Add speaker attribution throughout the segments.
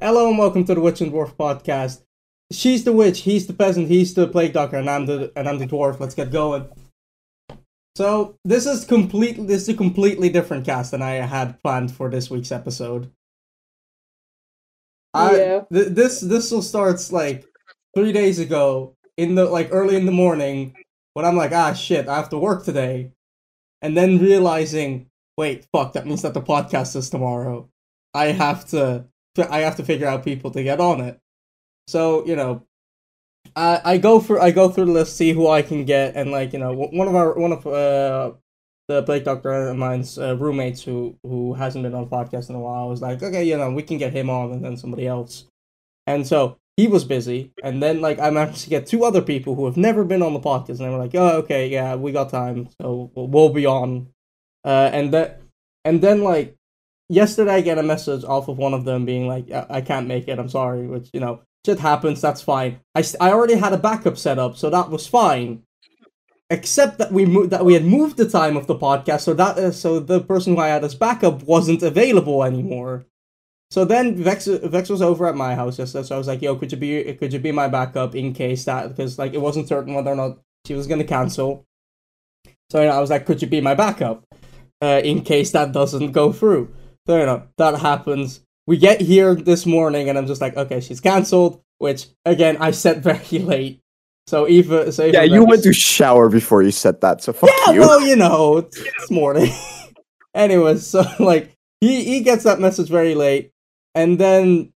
Speaker 1: Hello and welcome to the Witch and Dwarf podcast. She's the witch, he's the peasant, he's the plague doctor, and I'm the and I'm the dwarf. Let's get going. So this is completely this is a completely different cast than I had planned for this week's episode. I
Speaker 2: Yeah.
Speaker 1: th- this this will starts like three days ago in the like early in the morning when I'm like ah shit I have to work today, and then realizing wait fuck that means that the podcast is tomorrow. I have to I have to figure out people to get on it. So you know, I I go through I go through the list, see who I can get, and like you know, w- one of our one of uh the Blake Doctor and mine's uh, roommates who who hasn't been on podcast in a while was like, okay, you know, we can get him on, and then somebody else, and so he was busy, and then like I managed to get two other people who have never been on the podcast, and they were like, oh okay, yeah, we got time, so we'll, we'll be on, uh, and that and then like yesterday I get a message off of one of them being like, I, I can't make it, I'm sorry, which, you know, shit happens, that's fine. I, st- I already had a backup set up, so that was fine. Except that we mo- that we had moved the time of the podcast, so that uh, so the person who I had as backup wasn't available anymore. So then Vex Vex was over at my house yesterday, so I was like, "Yo, could you be could you be my backup in case that because like it wasn't certain whether or not she was gonna cancel." So you know, I was like, "Could you be my backup uh, in case that doesn't go through?" So you know, that happens. We get here this morning, and I'm just like, okay, she's cancelled. Which again, I said very late. So Eva, so Eva
Speaker 3: Yeah, you
Speaker 1: Vex-
Speaker 3: went to shower before you said that, so fuck
Speaker 1: yeah,
Speaker 3: you.
Speaker 1: well, you know, it's, it's morning. anyway, so like he he gets that message very late, and then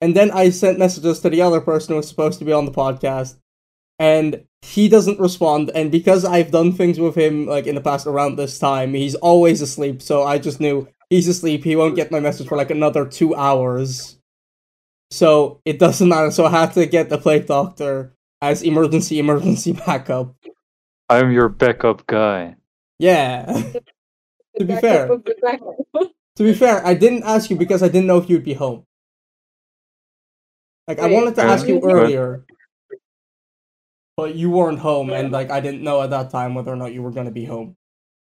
Speaker 1: and then I sent messages to the other person who was supposed to be on the podcast, and he doesn't respond. And because I've done things with him like in the past around this time, he's always asleep. So I just knew he's asleep. He won't get my message for like another two hours. So it doesn't matter. So I had to get the plague doctor as emergency emergency backup.
Speaker 4: I'm your backup guy.
Speaker 1: Yeah.
Speaker 2: The
Speaker 1: be
Speaker 2: backup
Speaker 1: fair.
Speaker 2: of the backup.
Speaker 1: To be fair, I didn't ask you because I didn't know if you'd be home. Like I
Speaker 2: Wait,
Speaker 1: wanted to
Speaker 4: Yeah.
Speaker 1: ask you
Speaker 2: Really?
Speaker 1: earlier, but you weren't home, and like I didn't know at that time whether or not you were gonna be home.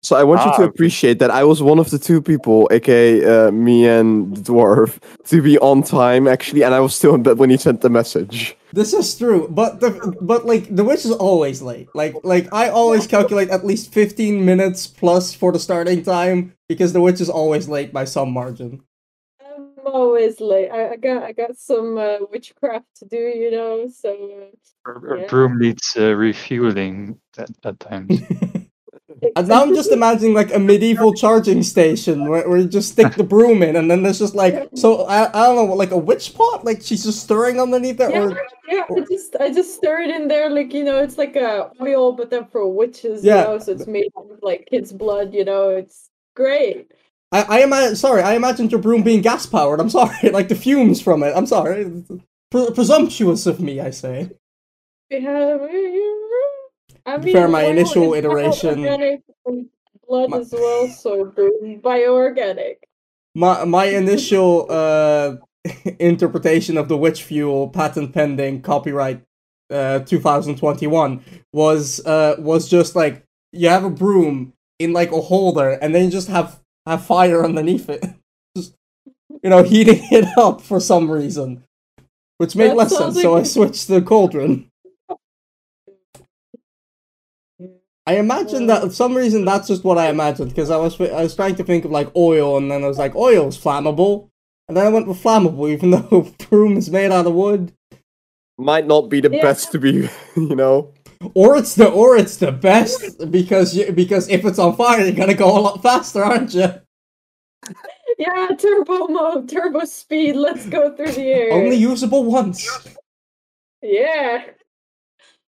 Speaker 3: So I want you to
Speaker 4: Ah.
Speaker 3: appreciate that I was one of the two people, aka uh, me and the dwarf, to be on time actually, and I was still in bed when he sent the message.
Speaker 1: This is true, but the but like the witch is always late. Like like I always calculate at least fifteen minutes plus for the starting time because the witch is always late by some margin.
Speaker 2: I'm always late. I, I got I got some uh, witchcraft to do, you know. So uh,
Speaker 4: Or, or
Speaker 2: Yeah.
Speaker 4: broom needs uh, refueling at, at times.
Speaker 2: uh,
Speaker 1: And now I'm just imagining like a medieval charging station where, where you just stick the broom in, and then there's just like so I, I don't know like a witch pot like she's just stirring underneath it.
Speaker 2: yeah,
Speaker 1: Or
Speaker 2: yeah. I just I just stir it in there, like you know, it's like a oil, but then for witches,
Speaker 1: Yeah.
Speaker 2: you know. So it's made out of like kids' blood, you know. It's great.
Speaker 1: I I imagine sorry I imagined your broom being gas powered. I'm sorry like the fumes from it. I'm sorry, Pre- presumptuous of me I say.
Speaker 2: Yeah, I
Speaker 1: be
Speaker 2: mean,
Speaker 1: fair, my
Speaker 2: oil
Speaker 1: initial
Speaker 2: is
Speaker 1: iteration-
Speaker 2: bioorganic and blood
Speaker 1: My-
Speaker 2: as well, so boom, bioorganic.
Speaker 1: My my initial uh interpretation of the witch fuel patent pending copyright uh 2021 was uh was just like you have a broom in like a holder and then you just have have fire underneath it just you know heating it up for some reason which made
Speaker 2: That
Speaker 1: less
Speaker 2: sounds
Speaker 1: sense so i
Speaker 2: like-
Speaker 1: switched to the cauldron i imagine that for some reason that's just what i imagined because i was i was trying to think of like oil and then i was like oil is flammable and then i went with flammable even though broom is made out of wood
Speaker 3: Might not be the
Speaker 2: Yeah.
Speaker 3: best to be, you know.
Speaker 1: Or it's the or it's the best because you, because if it's on fire, you're gonna go a lot faster, aren't you?
Speaker 2: Yeah, turbo mode, turbo speed. Let's go through the air.
Speaker 1: Only usable once.
Speaker 2: Yeah.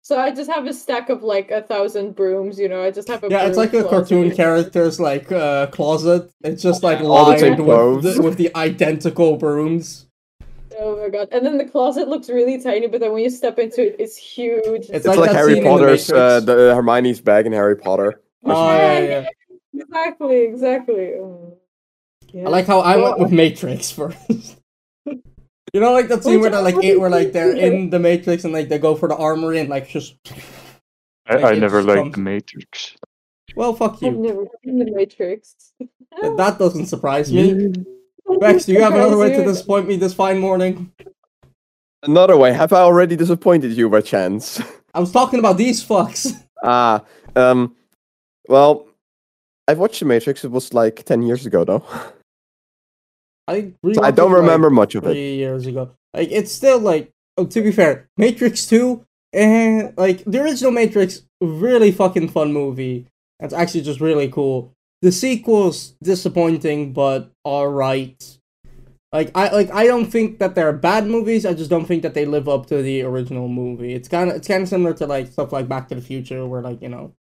Speaker 2: So I just have a stack of like a thousand brooms. You know, I just have a.
Speaker 1: Yeah, it's
Speaker 2: broom
Speaker 1: like a
Speaker 2: closet.
Speaker 1: cartoon character's like uh, closet. It's just like
Speaker 3: All the same
Speaker 1: lined with
Speaker 3: clothes.
Speaker 1: the, with the identical brooms.
Speaker 2: Oh my god! And then the closet looks really tiny, but then when you step into it, it's huge.
Speaker 1: It's
Speaker 3: It's,
Speaker 1: like
Speaker 3: like,
Speaker 1: that
Speaker 3: Harry
Speaker 1: scene in The
Speaker 3: Potter's, uh,
Speaker 1: Matrix.
Speaker 3: the Hermione's bag in Harry Potter.
Speaker 1: Oh, yeah, yeah.
Speaker 2: exactly, exactly. Oh. Yeah.
Speaker 1: I like how I went with Matrix first. you know, like that scene where they're like it, where like they're in the Matrix and like they go for the armory and like just
Speaker 4: I,
Speaker 1: Like,
Speaker 4: I
Speaker 1: it
Speaker 4: never
Speaker 1: just
Speaker 4: liked
Speaker 1: comes-
Speaker 4: the Matrix.
Speaker 1: well, fuck
Speaker 2: I've
Speaker 1: you.
Speaker 2: never seen the Matrix.
Speaker 1: That doesn't surprise me. Rex, do you have another way to
Speaker 2: Crazy.
Speaker 1: disappoint me this fine morning?
Speaker 3: Another way. Have I already disappointed you by chance?
Speaker 1: I was talking about these fucks.
Speaker 3: Ah, um, well, I've watched The Matrix. It was like ten years ago, though.
Speaker 1: I
Speaker 3: So I
Speaker 1: rewatched
Speaker 3: don't
Speaker 1: it, like,
Speaker 3: remember much of it.
Speaker 1: three years ago. Like it's still like oh, to be fair, Matrix Two and like the original Matrix, really fucking fun movie. That's actually just really cool. The sequels disappointing, but alright. Like I like I don't think that they're bad movies. I just don't think that they live up to the original movie. It's kind of it's kind of similar to like stuff like Back to the Future, where like you know,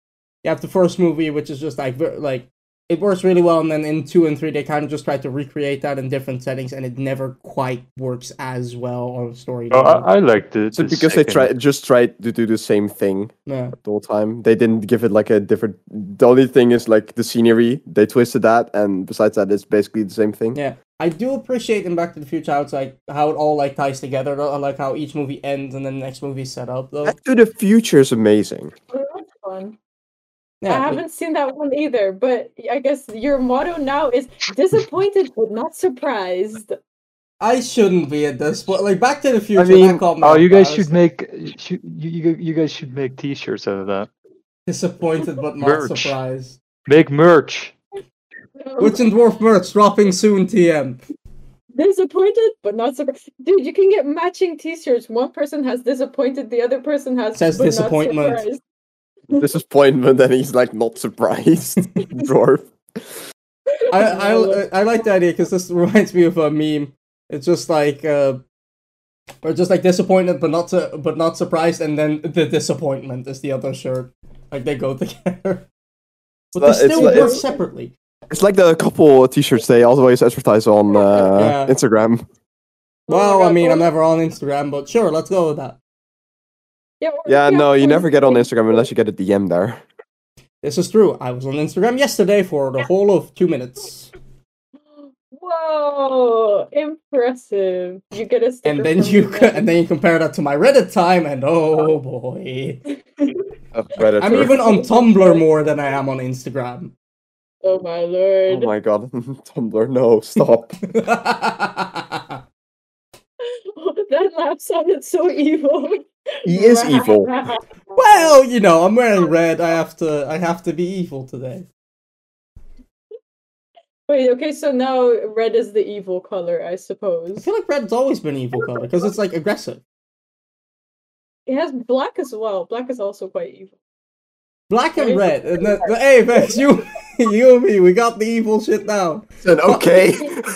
Speaker 1: you have the first movie, which is just like ver- like it works really well and then in two and three they kind of just try to recreate that in different settings and it never quite works as well on a story
Speaker 4: Oh, I, I like the.
Speaker 3: Is it
Speaker 4: the
Speaker 3: because they
Speaker 4: second.
Speaker 3: tried just tried to do the same thing
Speaker 1: yeah.
Speaker 3: the whole time? They didn't give it like a different. The only thing is like the scenery. They twisted that, and besides that, it's basically the same thing.
Speaker 1: Yeah. i do appreciate in back to the future how it's like how it all like ties together though. I like how each movie ends and then the next movie is set up though
Speaker 3: Back to the Future is amazing.
Speaker 2: Oh, that's fun. I
Speaker 1: yeah
Speaker 2: haven't seen that one either, but I guess your motto now is disappointed but not surprised.
Speaker 1: i shouldn't be at this point like back to the future
Speaker 4: I mean,
Speaker 1: that caught me
Speaker 4: oh,
Speaker 1: off
Speaker 4: you guys
Speaker 1: guard.
Speaker 4: should make should, you, you you guys should make T-shirts out of that.
Speaker 1: disappointed but not
Speaker 4: Merch.
Speaker 1: surprised
Speaker 4: Make merch.
Speaker 1: witch and dwarf merch dropping soon tm
Speaker 2: disappointed but not surprised. Dude, you can get matching T-shirts. One person has disappointed, the other person has
Speaker 1: Says
Speaker 2: but not
Speaker 1: disappointment.
Speaker 2: surprised.
Speaker 3: Disappointment, and he's like not surprised. Dwarf.
Speaker 1: I, I, I like the idea because this reminds me of a meme. It's just like, uh, or just like disappointed but not su- but not surprised, and then the disappointment is the other shirt. Like they go together, but they
Speaker 3: It's
Speaker 1: still
Speaker 3: like-
Speaker 1: work
Speaker 3: it's-
Speaker 1: separately.
Speaker 3: It's like the couple T-shirts they always advertise on uh,
Speaker 1: Yeah.
Speaker 3: Instagram.
Speaker 2: Oh my
Speaker 1: Well, I
Speaker 2: God,
Speaker 1: mean,
Speaker 2: or-
Speaker 1: I'm never on Instagram, but sure, let's go with that.
Speaker 2: Yeah, or
Speaker 3: Yeah,
Speaker 2: if
Speaker 3: no, you never get on
Speaker 2: Facebook,
Speaker 3: Instagram unless you get a DM there.
Speaker 1: This is true. I was on Instagram yesterday for the whole of two minutes,
Speaker 2: Whoa, impressive! You get a sticker
Speaker 1: and then
Speaker 2: from
Speaker 1: you
Speaker 2: your
Speaker 1: co-
Speaker 2: mom.
Speaker 1: and then you compare that to my Reddit time, and oh boy, I'm even on Tumblr more than I am on Instagram.
Speaker 2: oh my
Speaker 3: Oh
Speaker 2: lord!
Speaker 3: my god, Tumblr, no, stop.
Speaker 2: that laugh sounded so evil.
Speaker 3: He is evil.
Speaker 1: Well, you know, I'm wearing red. I have to. I have to be evil today.
Speaker 2: Wait, okay, so now red is the evil color, I
Speaker 1: I
Speaker 2: suppose.
Speaker 1: feel like red's always been evil color because it's like aggressive.
Speaker 2: It has black as well. Black is also quite evil.
Speaker 1: Black and red. And the, the, hey, Vex, you, you and me, we got the evil shit now.
Speaker 3: Then okay.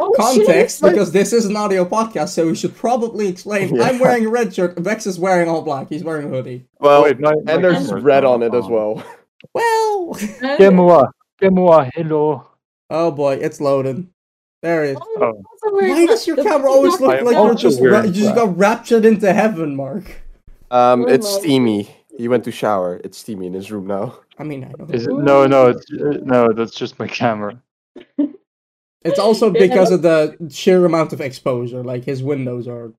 Speaker 2: Oh,
Speaker 1: Context,
Speaker 2: Shit.
Speaker 1: because this is an audio podcast, so we should probably explain.
Speaker 3: Yeah.
Speaker 1: I'm wearing a red shirt. Vex is wearing all black. He's wearing a hoodie.
Speaker 3: well,
Speaker 4: Wait, my- my
Speaker 3: and there's
Speaker 4: camera's
Speaker 3: red
Speaker 4: not
Speaker 3: on it as well.
Speaker 1: Well,
Speaker 2: And-
Speaker 4: Kemoa, Kemoa, hello.
Speaker 1: oh boy, it's loading. There it is.
Speaker 2: Oh,
Speaker 4: Oh.
Speaker 2: that's a weird
Speaker 1: Why does
Speaker 2: laugh.
Speaker 1: your
Speaker 2: The
Speaker 1: camera
Speaker 2: fucking
Speaker 1: always
Speaker 4: I
Speaker 1: look
Speaker 4: am
Speaker 1: like you're
Speaker 4: also
Speaker 1: just ra-
Speaker 4: wearing
Speaker 1: you just
Speaker 4: black.
Speaker 1: got raptured into heaven, Mark?
Speaker 3: Um,
Speaker 2: Oh
Speaker 3: it's
Speaker 2: my-
Speaker 3: steamy. He went to shower. It's steamy in his room now.
Speaker 1: I mean, I don't.
Speaker 4: Is it? No, no, it's, uh, no. That's just my camera.
Speaker 1: It's also
Speaker 2: Yeah.
Speaker 1: because of the sheer amount of exposure. Like his windows are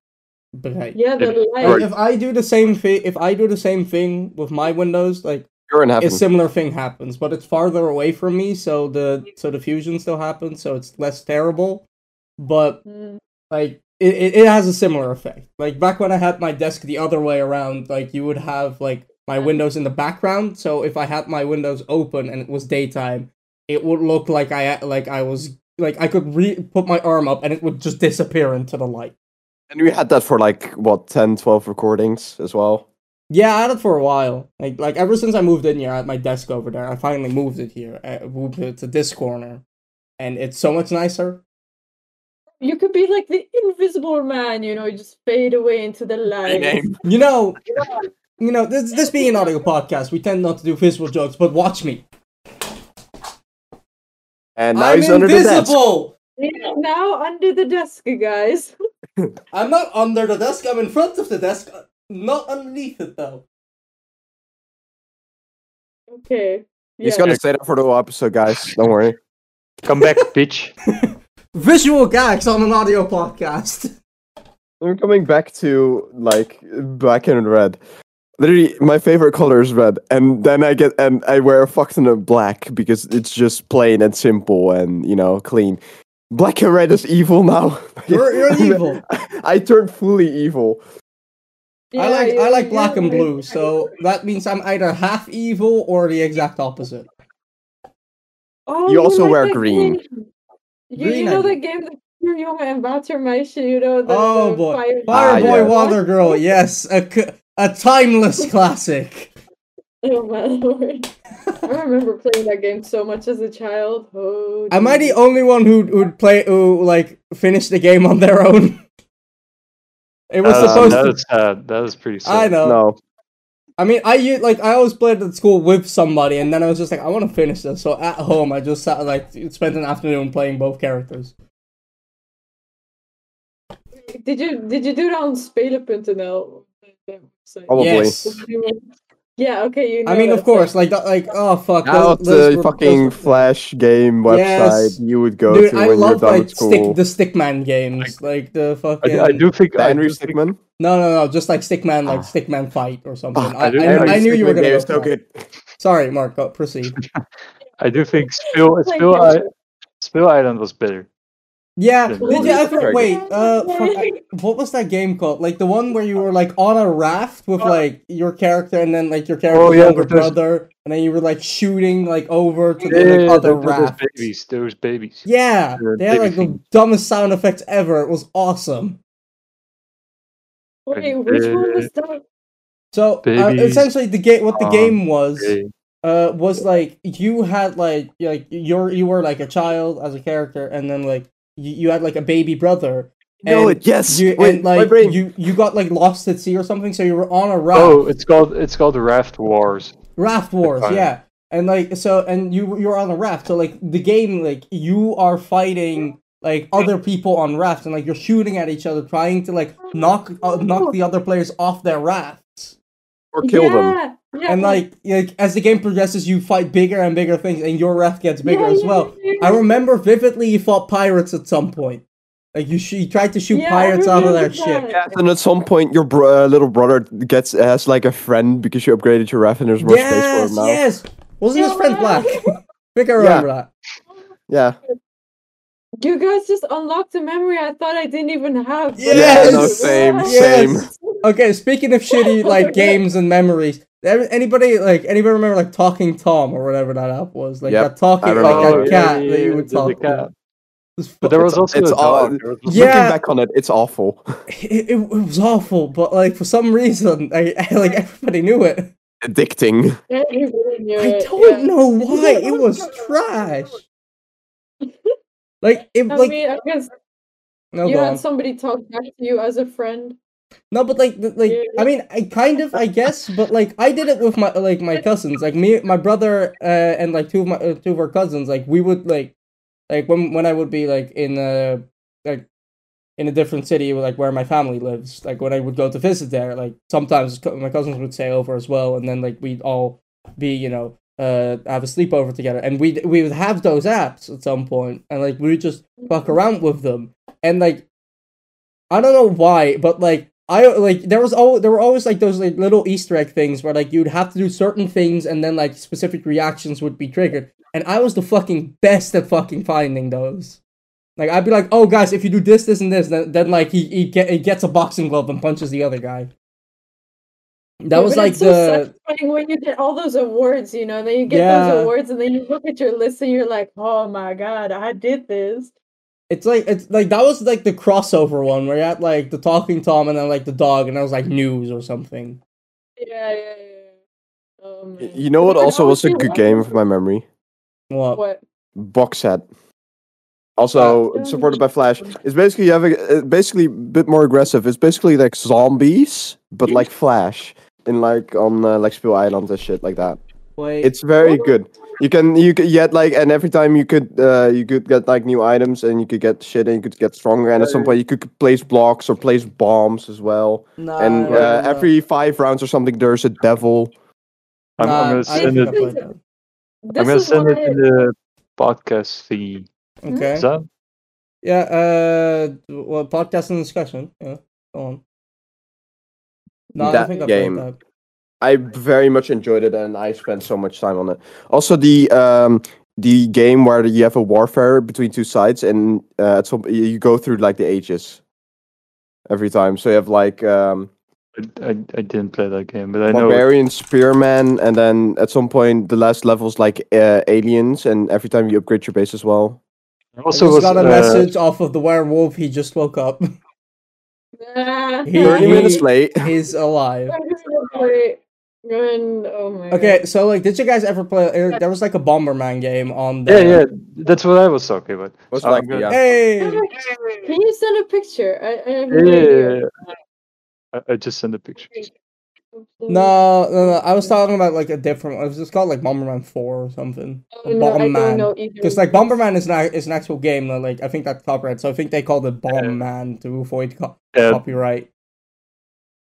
Speaker 1: bright.
Speaker 2: Yeah, the light.
Speaker 1: Like, If I do the same thing, if I do the same thing with my windows, like
Speaker 3: You're in
Speaker 1: a
Speaker 3: heaven.
Speaker 1: similar thing happens, but it's farther away from me, so the so the fusion still happens, so it's less terrible. But
Speaker 2: Mm.
Speaker 1: like it, it, it has a similar effect. Like back when I had my desk the other way around, like you would have like my windows in the background. So if I had my windows open and it was daytime, it would look like I like I was like I could re- put my arm up and it would just disappear into the light.
Speaker 3: and we had that for like, what, 10, 12 recordings as well?
Speaker 1: Yeah, I had it for a while. Like like ever since I moved in here, I had my desk over there. I finally moved it here. I moved it to this corner, and it's so much nicer.
Speaker 2: You could be like the invisible man, you know, you just fade away into the light.
Speaker 1: You know, you know this this being an audio podcast, we tend not to do visual jokes, but watch me.
Speaker 3: And now
Speaker 1: I'm
Speaker 3: he's under the desk.
Speaker 1: invisible.
Speaker 2: Yeah, Now under the desk, guys.
Speaker 1: I'm not under the desk. I'm in front of the desk, uh, not underneath it though.
Speaker 2: Okay.
Speaker 3: He's
Speaker 2: yeah.
Speaker 3: gonna stay there for the whole episode, guys. Don't worry.
Speaker 4: Come back, bitch.
Speaker 1: Visual gags on an audio podcast.
Speaker 3: We're coming back to like black and red. Literally, my favorite color is red, and then I get and I wear a fucked in a black because it's just plain and simple and you know clean. Black and red is evil now.
Speaker 1: You're, you're evil.
Speaker 3: I turned fully evil.
Speaker 1: I like
Speaker 2: Yeah,
Speaker 1: I
Speaker 2: you-
Speaker 1: like
Speaker 2: you
Speaker 1: black and
Speaker 2: like-
Speaker 1: blue, so that means I'm either half evil or the exact opposite.
Speaker 2: Oh,
Speaker 3: You also
Speaker 2: like
Speaker 3: wear
Speaker 2: that
Speaker 3: green.
Speaker 2: game. You,
Speaker 1: Green,
Speaker 2: you
Speaker 1: I
Speaker 2: know the
Speaker 1: think.
Speaker 2: game that Peter Young and Watermeisje, you know the,
Speaker 1: Oh,
Speaker 2: the
Speaker 1: boy.
Speaker 2: fire,
Speaker 1: Fire
Speaker 3: Ah,
Speaker 1: Boy,
Speaker 3: yes.
Speaker 1: Water Girl, yes, a, c- a timeless classic.
Speaker 2: Oh my lord! I remember playing that game so much as a child. Oh,
Speaker 1: Am I the
Speaker 2: geez.
Speaker 1: only one who would play who like finish the game on their own? It was
Speaker 3: Uh,
Speaker 1: supposed
Speaker 4: that
Speaker 1: to.
Speaker 4: is sad. That is pretty sad.
Speaker 1: I know.
Speaker 3: No.
Speaker 1: I mean, I u- like I always played at school with somebody, and then I was just like, I want to finish this. So at home, I just sat like spent an afternoon playing both characters.
Speaker 2: Did you did you do that on Spelen.nl?
Speaker 3: Probably.
Speaker 1: Yes.
Speaker 2: Yeah. Okay. You. Know
Speaker 1: Oh, I mean, of
Speaker 2: that, so-
Speaker 1: course, like that, like oh fuck,
Speaker 3: Now
Speaker 1: those- those
Speaker 3: the
Speaker 1: were-
Speaker 3: fucking
Speaker 1: those-
Speaker 3: Flash game website
Speaker 1: Yes.
Speaker 3: you would go
Speaker 1: Dude,
Speaker 3: to
Speaker 1: I
Speaker 3: when you're
Speaker 1: love
Speaker 3: done
Speaker 1: like
Speaker 3: with school.
Speaker 1: stick the Stickman games, like the
Speaker 4: I,
Speaker 1: fucking.
Speaker 4: do- I do think
Speaker 3: The
Speaker 4: I
Speaker 3: Henry
Speaker 4: do think-
Speaker 3: Stickmin.
Speaker 1: No, no, no, just like Stickman, like
Speaker 3: Ah.
Speaker 1: Stickman Fight or something.
Speaker 4: Ah,
Speaker 1: I, I,
Speaker 4: I do-
Speaker 1: I,
Speaker 4: Henry
Speaker 1: knew you were
Speaker 3: Stickmin
Speaker 1: gonna
Speaker 3: game
Speaker 1: go
Speaker 3: is
Speaker 1: for
Speaker 3: so
Speaker 1: that.
Speaker 3: good.
Speaker 1: Sorry, Mark, go, proceed.
Speaker 4: I do think Spill
Speaker 2: Like,
Speaker 4: Spill,
Speaker 2: yeah.
Speaker 4: I, Spill Island was better.
Speaker 1: Yeah,
Speaker 4: Yeah.
Speaker 1: did you ever
Speaker 3: Very
Speaker 1: wait?
Speaker 2: good.
Speaker 1: Uh, fuck, I- what was that game called? Like the one where you were like on a raft with like your character, and then like your character's
Speaker 4: Oh, yeah,
Speaker 1: older
Speaker 4: but there's-
Speaker 1: brother, and then you were like shooting like over to
Speaker 4: Yeah,
Speaker 1: the like,
Speaker 4: yeah,
Speaker 1: other
Speaker 4: those- those
Speaker 1: raft.
Speaker 4: babies, those babies.
Speaker 1: Yeah,
Speaker 4: The
Speaker 1: they had like the
Speaker 4: baby
Speaker 1: dumbest sound effects ever. It was awesome.
Speaker 2: Wait, which one was that?
Speaker 1: So uh,
Speaker 4: Babies
Speaker 1: essentially, the game what the
Speaker 4: on
Speaker 1: game was.
Speaker 4: Yeah.
Speaker 1: uh was like you had like you- like you're you were like a child as a character and then like you, you had like a baby brother
Speaker 3: No,
Speaker 1: and
Speaker 3: it, yes.
Speaker 1: you
Speaker 3: Wait,
Speaker 1: and
Speaker 3: my
Speaker 1: like
Speaker 3: brain.
Speaker 1: you you got like lost at sea or something so you were on a raft
Speaker 4: Oh, it's called it's called Raft Wars.
Speaker 1: raft wars
Speaker 4: fine.
Speaker 1: yeah and like so and you you're on a raft so like the game like you are fighting like other people on rafts and like you're shooting at each other trying to like knock uh, knock the other players off their rafts
Speaker 3: or kill
Speaker 2: yeah,
Speaker 3: them.
Speaker 2: Yeah.
Speaker 1: and like like as the game progresses you fight bigger and bigger things and your raft gets bigger
Speaker 2: Yeah,
Speaker 1: as
Speaker 2: yeah,
Speaker 1: well
Speaker 2: yeah,
Speaker 1: I
Speaker 2: yeah.
Speaker 1: remember vividly you fought pirates at some point. Like you, sh- you tried to shoot
Speaker 2: Yeah, I
Speaker 1: pirates out of
Speaker 2: remember
Speaker 1: their ship.
Speaker 2: that.
Speaker 3: Yes, and at some point your bro- uh, little brother gets has like a friend because you upgraded your ref and there's more
Speaker 1: Yes,
Speaker 3: space for him now.
Speaker 1: yes. Wasn't his friend
Speaker 2: Yeah.
Speaker 1: black? I think I remember that.
Speaker 3: Yeah.
Speaker 2: You guys just unlocked a memory I thought I didn't even have.
Speaker 1: Yes! Yeah, no,
Speaker 3: same,
Speaker 1: Yes. Okay, speaking of shitty like games and memories, ev- anybody like anybody remember like talking Tom or whatever that app was? Like
Speaker 3: Yep,
Speaker 1: that talking
Speaker 3: I
Speaker 1: like
Speaker 3: remember.
Speaker 1: that cat that you
Speaker 4: Yeah,
Speaker 1: would
Speaker 4: the- the
Speaker 1: talk.
Speaker 4: cat.
Speaker 1: to. It was fu-
Speaker 4: But there was also
Speaker 3: it's
Speaker 4: a
Speaker 3: all-
Speaker 4: dog. There was also-
Speaker 1: Yeah.
Speaker 3: Looking back on it, it's awful.
Speaker 1: it, it, it was awful, but like for some reason, I, like everybody knew it.
Speaker 3: Addicting.
Speaker 2: Everybody knew
Speaker 1: I
Speaker 2: it,
Speaker 1: don't
Speaker 2: yeah.
Speaker 1: know why it was trash. Like it,
Speaker 2: I
Speaker 1: like Oh,
Speaker 2: mean, I guess
Speaker 1: no,
Speaker 2: you
Speaker 1: go
Speaker 2: had
Speaker 1: on.
Speaker 2: somebody talk back to you as a friend.
Speaker 1: No, but like, th- like
Speaker 2: Yeah.
Speaker 1: I mean, I kind of, I guess, but like, I did it with my like my cousins, like me, my brother, uh, and like two of my uh, two of our cousins. Like we would like, like when when I would be like in a like in a different city, like where my family lives. Like when I would go to visit there, like sometimes co- my cousins would stay over as well, and then like we'd all be, you know, uh, have a sleepover together, and we we would have those apps at some point, and like we would just fuck around with them, and like I don't know why, but like I like there was all there were always like those like little Easter egg things where like you'd have to do certain things and then like specific reactions would be triggered. And I was the fucking best at fucking finding those. Like I'd be like, oh guys, if you do this, this, and this, then, then like he he, get, he gets a boxing glove and punches the other guy. That
Speaker 2: Yeah,
Speaker 1: was
Speaker 2: but
Speaker 1: like
Speaker 2: it's so
Speaker 1: the
Speaker 2: satisfying when you get all those awards, you know, then you get
Speaker 1: Yeah.
Speaker 2: those awards, and then you look at your list and you're like, "Oh my god, I did this!"
Speaker 1: it's like it's like that was like the crossover one where you had like the talking tom and then like the dog and I was like news or something.
Speaker 2: Yeah, yeah, yeah. Oh, man.
Speaker 3: You know what?
Speaker 2: But
Speaker 3: Also, was a
Speaker 2: honestly,
Speaker 3: good
Speaker 2: what-
Speaker 3: game of my memory.
Speaker 1: What?
Speaker 2: What?
Speaker 3: Box set. Also
Speaker 2: Yeah.
Speaker 3: supported by Flash. It's basically you have a, uh, basically a bit more aggressive. It's basically like zombies, but like Flash, in like on uh, like Spill Island and shit like that.
Speaker 1: Wait,
Speaker 3: It's very good. You can you could get like and every time you could uh, you could get like new items and you could get shit and you could get stronger and at some point you could place blocks or place bombs as well.
Speaker 1: nah,
Speaker 3: and
Speaker 1: nah,
Speaker 3: uh,
Speaker 1: nah.
Speaker 3: every five rounds or something there's a devil.
Speaker 4: I'm,
Speaker 1: Nah,
Speaker 4: I'm gonna
Speaker 1: I think
Speaker 4: send it.
Speaker 1: I played that.
Speaker 2: This
Speaker 4: I'm gonna
Speaker 2: is
Speaker 4: send
Speaker 2: why
Speaker 4: it in the podcast thingy.
Speaker 1: Okay.
Speaker 4: Is that?
Speaker 1: Yeah, uh, well, podcast and discussion. Yeah, go on. No, I
Speaker 3: That
Speaker 1: don't think I
Speaker 3: game.
Speaker 1: played that.
Speaker 3: I very much enjoyed it and I spent so much time on it. Also the um the game where you have a warfare between two sides, and uh, at some you you go through like the ages every time. So you have like um,
Speaker 4: I, I, I didn't play that game, but I know it-
Speaker 3: barbarian, spearman, and then at some point the last levels like uh, aliens, and every time you upgrade your base as well.
Speaker 4: I
Speaker 1: I
Speaker 4: also
Speaker 1: just
Speaker 4: was
Speaker 1: got a
Speaker 4: uh,
Speaker 1: message off of the werewolf. He just woke up.
Speaker 3: Thirty
Speaker 1: He-
Speaker 3: minutes late.
Speaker 1: He's alive.
Speaker 2: Run, oh my
Speaker 1: Okay, so like, did you guys ever play? er, There was like a Bomberman game on the.
Speaker 4: Yeah, yeah, that's what I was talking about.
Speaker 3: Was
Speaker 4: I'm
Speaker 3: like,
Speaker 4: good.
Speaker 3: Oh, yeah.
Speaker 1: Hey,
Speaker 2: God. Can you send a picture? I, I have
Speaker 4: Yeah,
Speaker 2: no
Speaker 4: yeah,
Speaker 2: idea.
Speaker 4: yeah, yeah. I, I just sent a picture.
Speaker 1: no, no, no. I was talking about like a different. one. It was just called like Bomberman Four or something.
Speaker 2: Oh, no, I
Speaker 1: Bomberman.
Speaker 2: don't know either.
Speaker 1: Because
Speaker 2: of
Speaker 1: like
Speaker 2: these.
Speaker 1: Bomberman is not is an actual game. that, Like I think that's copyright. So I think they called it Bomberman to avoid co-
Speaker 4: Yeah,
Speaker 1: copyright.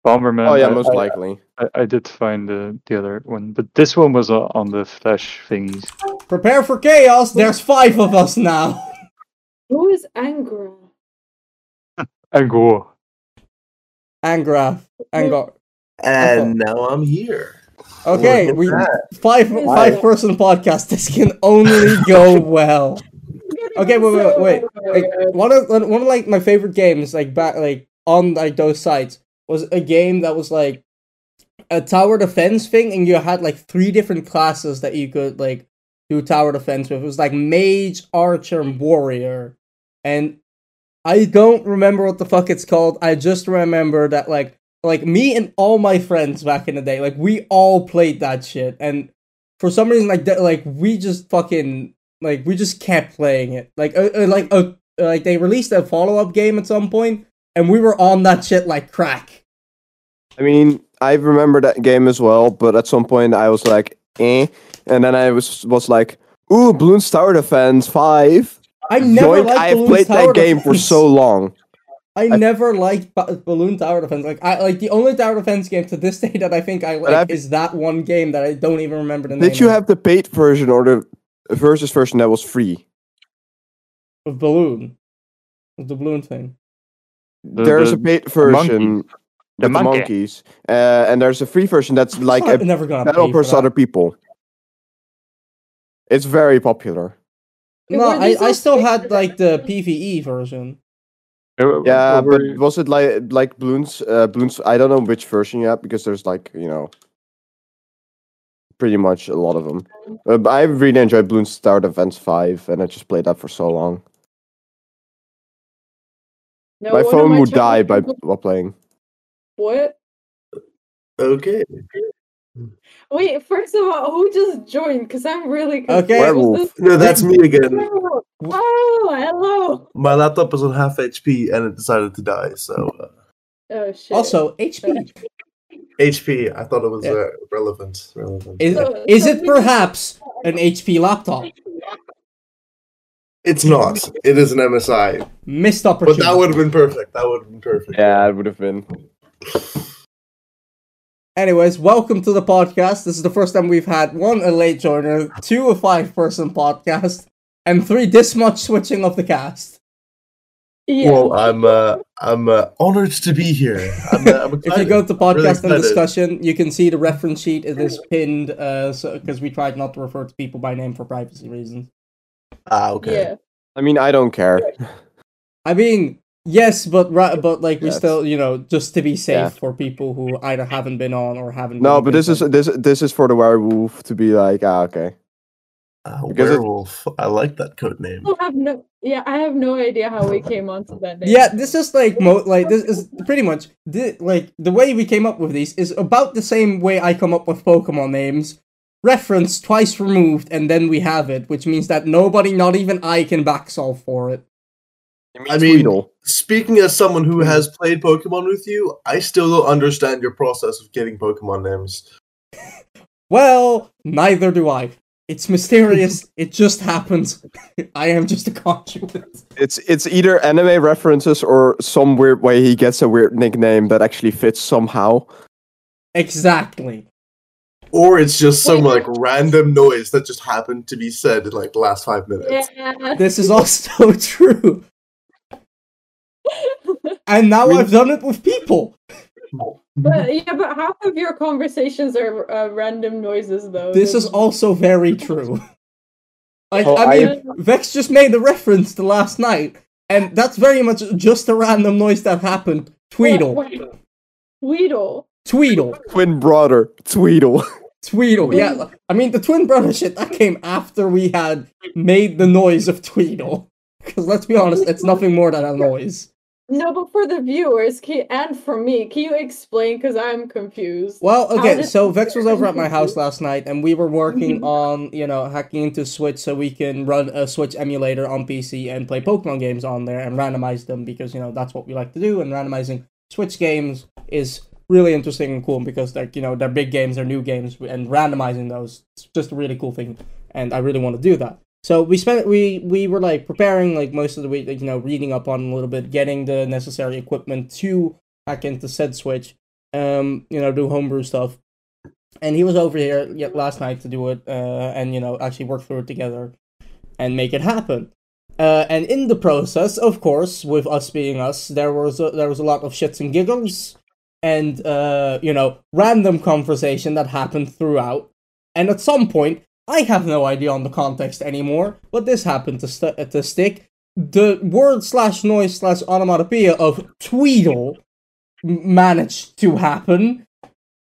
Speaker 4: Bomberman.
Speaker 3: Oh yeah,
Speaker 4: I-
Speaker 3: most
Speaker 4: I,
Speaker 3: likely.
Speaker 4: I, I did find the, the other one, but this one was uh, on the Flash thingies.
Speaker 1: Prepare for chaos. There's five of us now.
Speaker 2: Who is Angra?
Speaker 4: And go.
Speaker 1: Angra, Angor.
Speaker 5: And now I'm here.
Speaker 1: Okay,
Speaker 5: Look at
Speaker 1: we
Speaker 5: that.
Speaker 1: five five person podcast. This can only go well. Okay, wait, wait, wait, Like one of one of like my favorite games, like back like on like those sites, was a game that was like a tower defense thing, and you had like three different classes that you could like do tower defense with. It was like mage, archer, and warrior, and I don't remember what the fuck it's called. I just remember that like like me and all my friends back in the day, like we all played that shit, and for some reason like that, like we just fucking like we just kept playing it. Like uh, uh, like uh, like they released a follow up game at some point, and we were on that shit like crack.
Speaker 3: I mean, I remember that game as well, but at some point I was like, eh, and then I was was like, ooh, Bloons Tower Defense Five.
Speaker 1: I never
Speaker 3: Yoink,
Speaker 1: liked
Speaker 3: I have
Speaker 1: Balloon
Speaker 3: played
Speaker 1: Tower
Speaker 3: that game for
Speaker 1: Defense.
Speaker 3: so long.
Speaker 1: I never liked ba- Balloon Tower Defense. Like I like the only tower defense game to this day that I think I like
Speaker 3: I've-
Speaker 1: is that one game that I don't even remember the name.
Speaker 3: Did you
Speaker 1: of.
Speaker 3: have the paid version or the versus version that was free?
Speaker 1: of balloon? Of the balloon thing.
Speaker 4: The-
Speaker 3: there's
Speaker 4: the-
Speaker 3: a paid
Speaker 4: monkey.
Speaker 3: version with
Speaker 4: The
Speaker 3: the
Speaker 4: monkey.
Speaker 3: monkeys, uh, and there's a free version that's like
Speaker 1: I'm
Speaker 3: a
Speaker 1: never gonna
Speaker 3: battle
Speaker 1: pay for
Speaker 3: versus
Speaker 1: that.
Speaker 3: other people. It's very popular.
Speaker 1: No,
Speaker 2: Were
Speaker 1: I,
Speaker 2: these
Speaker 1: I
Speaker 2: all
Speaker 1: still
Speaker 2: fake
Speaker 1: had like the
Speaker 2: designs?
Speaker 1: PVE version.
Speaker 4: Uh,
Speaker 3: Yeah,
Speaker 4: uh,
Speaker 3: but
Speaker 4: were-
Speaker 3: was it like like Bloons? Uh, Bloons? I don't know which version yet because there's like you know, pretty much a lot of them. Uh, but I really enjoyed Bloons Start Events Five, and I just played that for so long.
Speaker 2: No,
Speaker 3: my
Speaker 2: one of
Speaker 3: phone would
Speaker 2: childhood
Speaker 3: die by
Speaker 2: people-
Speaker 3: while playing.
Speaker 2: What?
Speaker 5: Okay.
Speaker 2: Wait, first of all, who just joined? Because I'm really confused.
Speaker 1: Okay.
Speaker 3: Werewolf.
Speaker 2: Was this-
Speaker 5: No, that's me again.
Speaker 2: Oh, hello.
Speaker 5: My laptop was on half HP and it decided to die. So uh,
Speaker 2: Oh shit.
Speaker 1: Also, HP.
Speaker 5: HP. I thought it was
Speaker 1: Yeah.
Speaker 5: uh, relevant. Relevant.
Speaker 1: Is,
Speaker 2: So-
Speaker 1: is
Speaker 2: so
Speaker 1: it
Speaker 2: we-
Speaker 1: perhaps an HP laptop?
Speaker 5: it's not. It is an MSI.
Speaker 1: Missed
Speaker 5: But
Speaker 1: opportunity.
Speaker 5: that would have been perfect. That would have been perfect.
Speaker 3: Yeah, it would have been.
Speaker 1: Anyways, welcome to the podcast. This is the first time we've had one, a late joiner, two, a five person podcast, and three, this much switching of the cast.
Speaker 2: Yeah.
Speaker 5: Well, I'm uh, I'm uh, honored to be here. I'm, uh, I'm
Speaker 1: If you
Speaker 5: excited.
Speaker 1: go to
Speaker 5: really
Speaker 1: podcast and
Speaker 5: excited.
Speaker 1: discussion, you can see the reference sheet. It is pinned because we tried not to refer to people by name for privacy reasons.
Speaker 5: Ah, okay.
Speaker 2: Yeah.
Speaker 3: I mean, I don't care.
Speaker 1: I mean, yes, but ri- but like we
Speaker 3: Yes.
Speaker 1: still, you know, just to be safe
Speaker 3: Yeah.
Speaker 1: for people who either haven't been on or haven't.
Speaker 3: No,
Speaker 1: really
Speaker 3: but
Speaker 1: been
Speaker 3: this is
Speaker 1: on.
Speaker 3: this this is for the werewolf to be like, ah, okay.
Speaker 5: Ah,
Speaker 3: Because it-
Speaker 5: werewolf. I like that code name.
Speaker 2: I have no. Yeah, I have no idea how we came onto that name.
Speaker 1: Yeah, this is like mo- like this is pretty much the, like the way we came up with these is about the same way I come up with Pokemon names. Reference twice removed, and then we have it, which means that nobody, not even I, can back solve for it.
Speaker 5: I mean, Speaking as someone who has played Pokemon with you, I still don't understand your process of getting Pokemon names.
Speaker 1: Well, neither do I. It's mysterious. it just happens. I am just a conduit.
Speaker 3: it's it's either anime references or some weird way he gets a weird nickname that actually fits somehow.
Speaker 1: Exactly.
Speaker 5: Or it's just some like random noise that just happened to be said in like the last five minutes.
Speaker 2: Yeah.
Speaker 1: This is also true. And now I've done it with people.
Speaker 2: But yeah, but half of your conversations are uh, random noises, though.
Speaker 1: This is
Speaker 2: That's-
Speaker 1: also very true. Like,
Speaker 3: Oh,
Speaker 1: I mean,
Speaker 2: I-
Speaker 1: Vex just made a reference to last night, and that's very much just a random noise that happened. Tweedle,
Speaker 2: Wait, wait. Tweedle.
Speaker 1: Tweedle,
Speaker 3: Twin brother, Tweedle.
Speaker 1: Tweedle. Yeah, like, I mean, the twin brother shit that came after we had made the noise of Tweedle. Because let's be honest, it's nothing more than a noise.
Speaker 2: No, but for the viewers can, and for me, can you explain? Because I'm confused.
Speaker 1: Well,
Speaker 2: How
Speaker 1: okay,
Speaker 2: did-
Speaker 1: so Vex was over at my house last night, and we were working on, you know, hacking into Switch so we can run a Switch emulator on PC and play Pokemon games on there and randomize them because, you know, that's what we like to do. And randomizing Switch games is really interesting and cool because, like, you know, they're big games, they're new games, and randomizing those is just a really cool thing. And I really want to do that. So we spent we we were like preparing like most of the week, like, you know, reading up on a little bit, getting the necessary equipment to hack into said Switch um, you know, do homebrew stuff. And he was over here ye- last night to do it, uh, and you know, actually work through it together and make it happen. Uh, and in the process, of course, with us being us, there was a, there was a lot of shits and giggles, and uh, you know, random conversation that happened throughout. And at some point, I have no idea on the context anymore, but this happened to st- to stick. The word slash noise slash onomatopoeia of Tweedle m- managed to happen.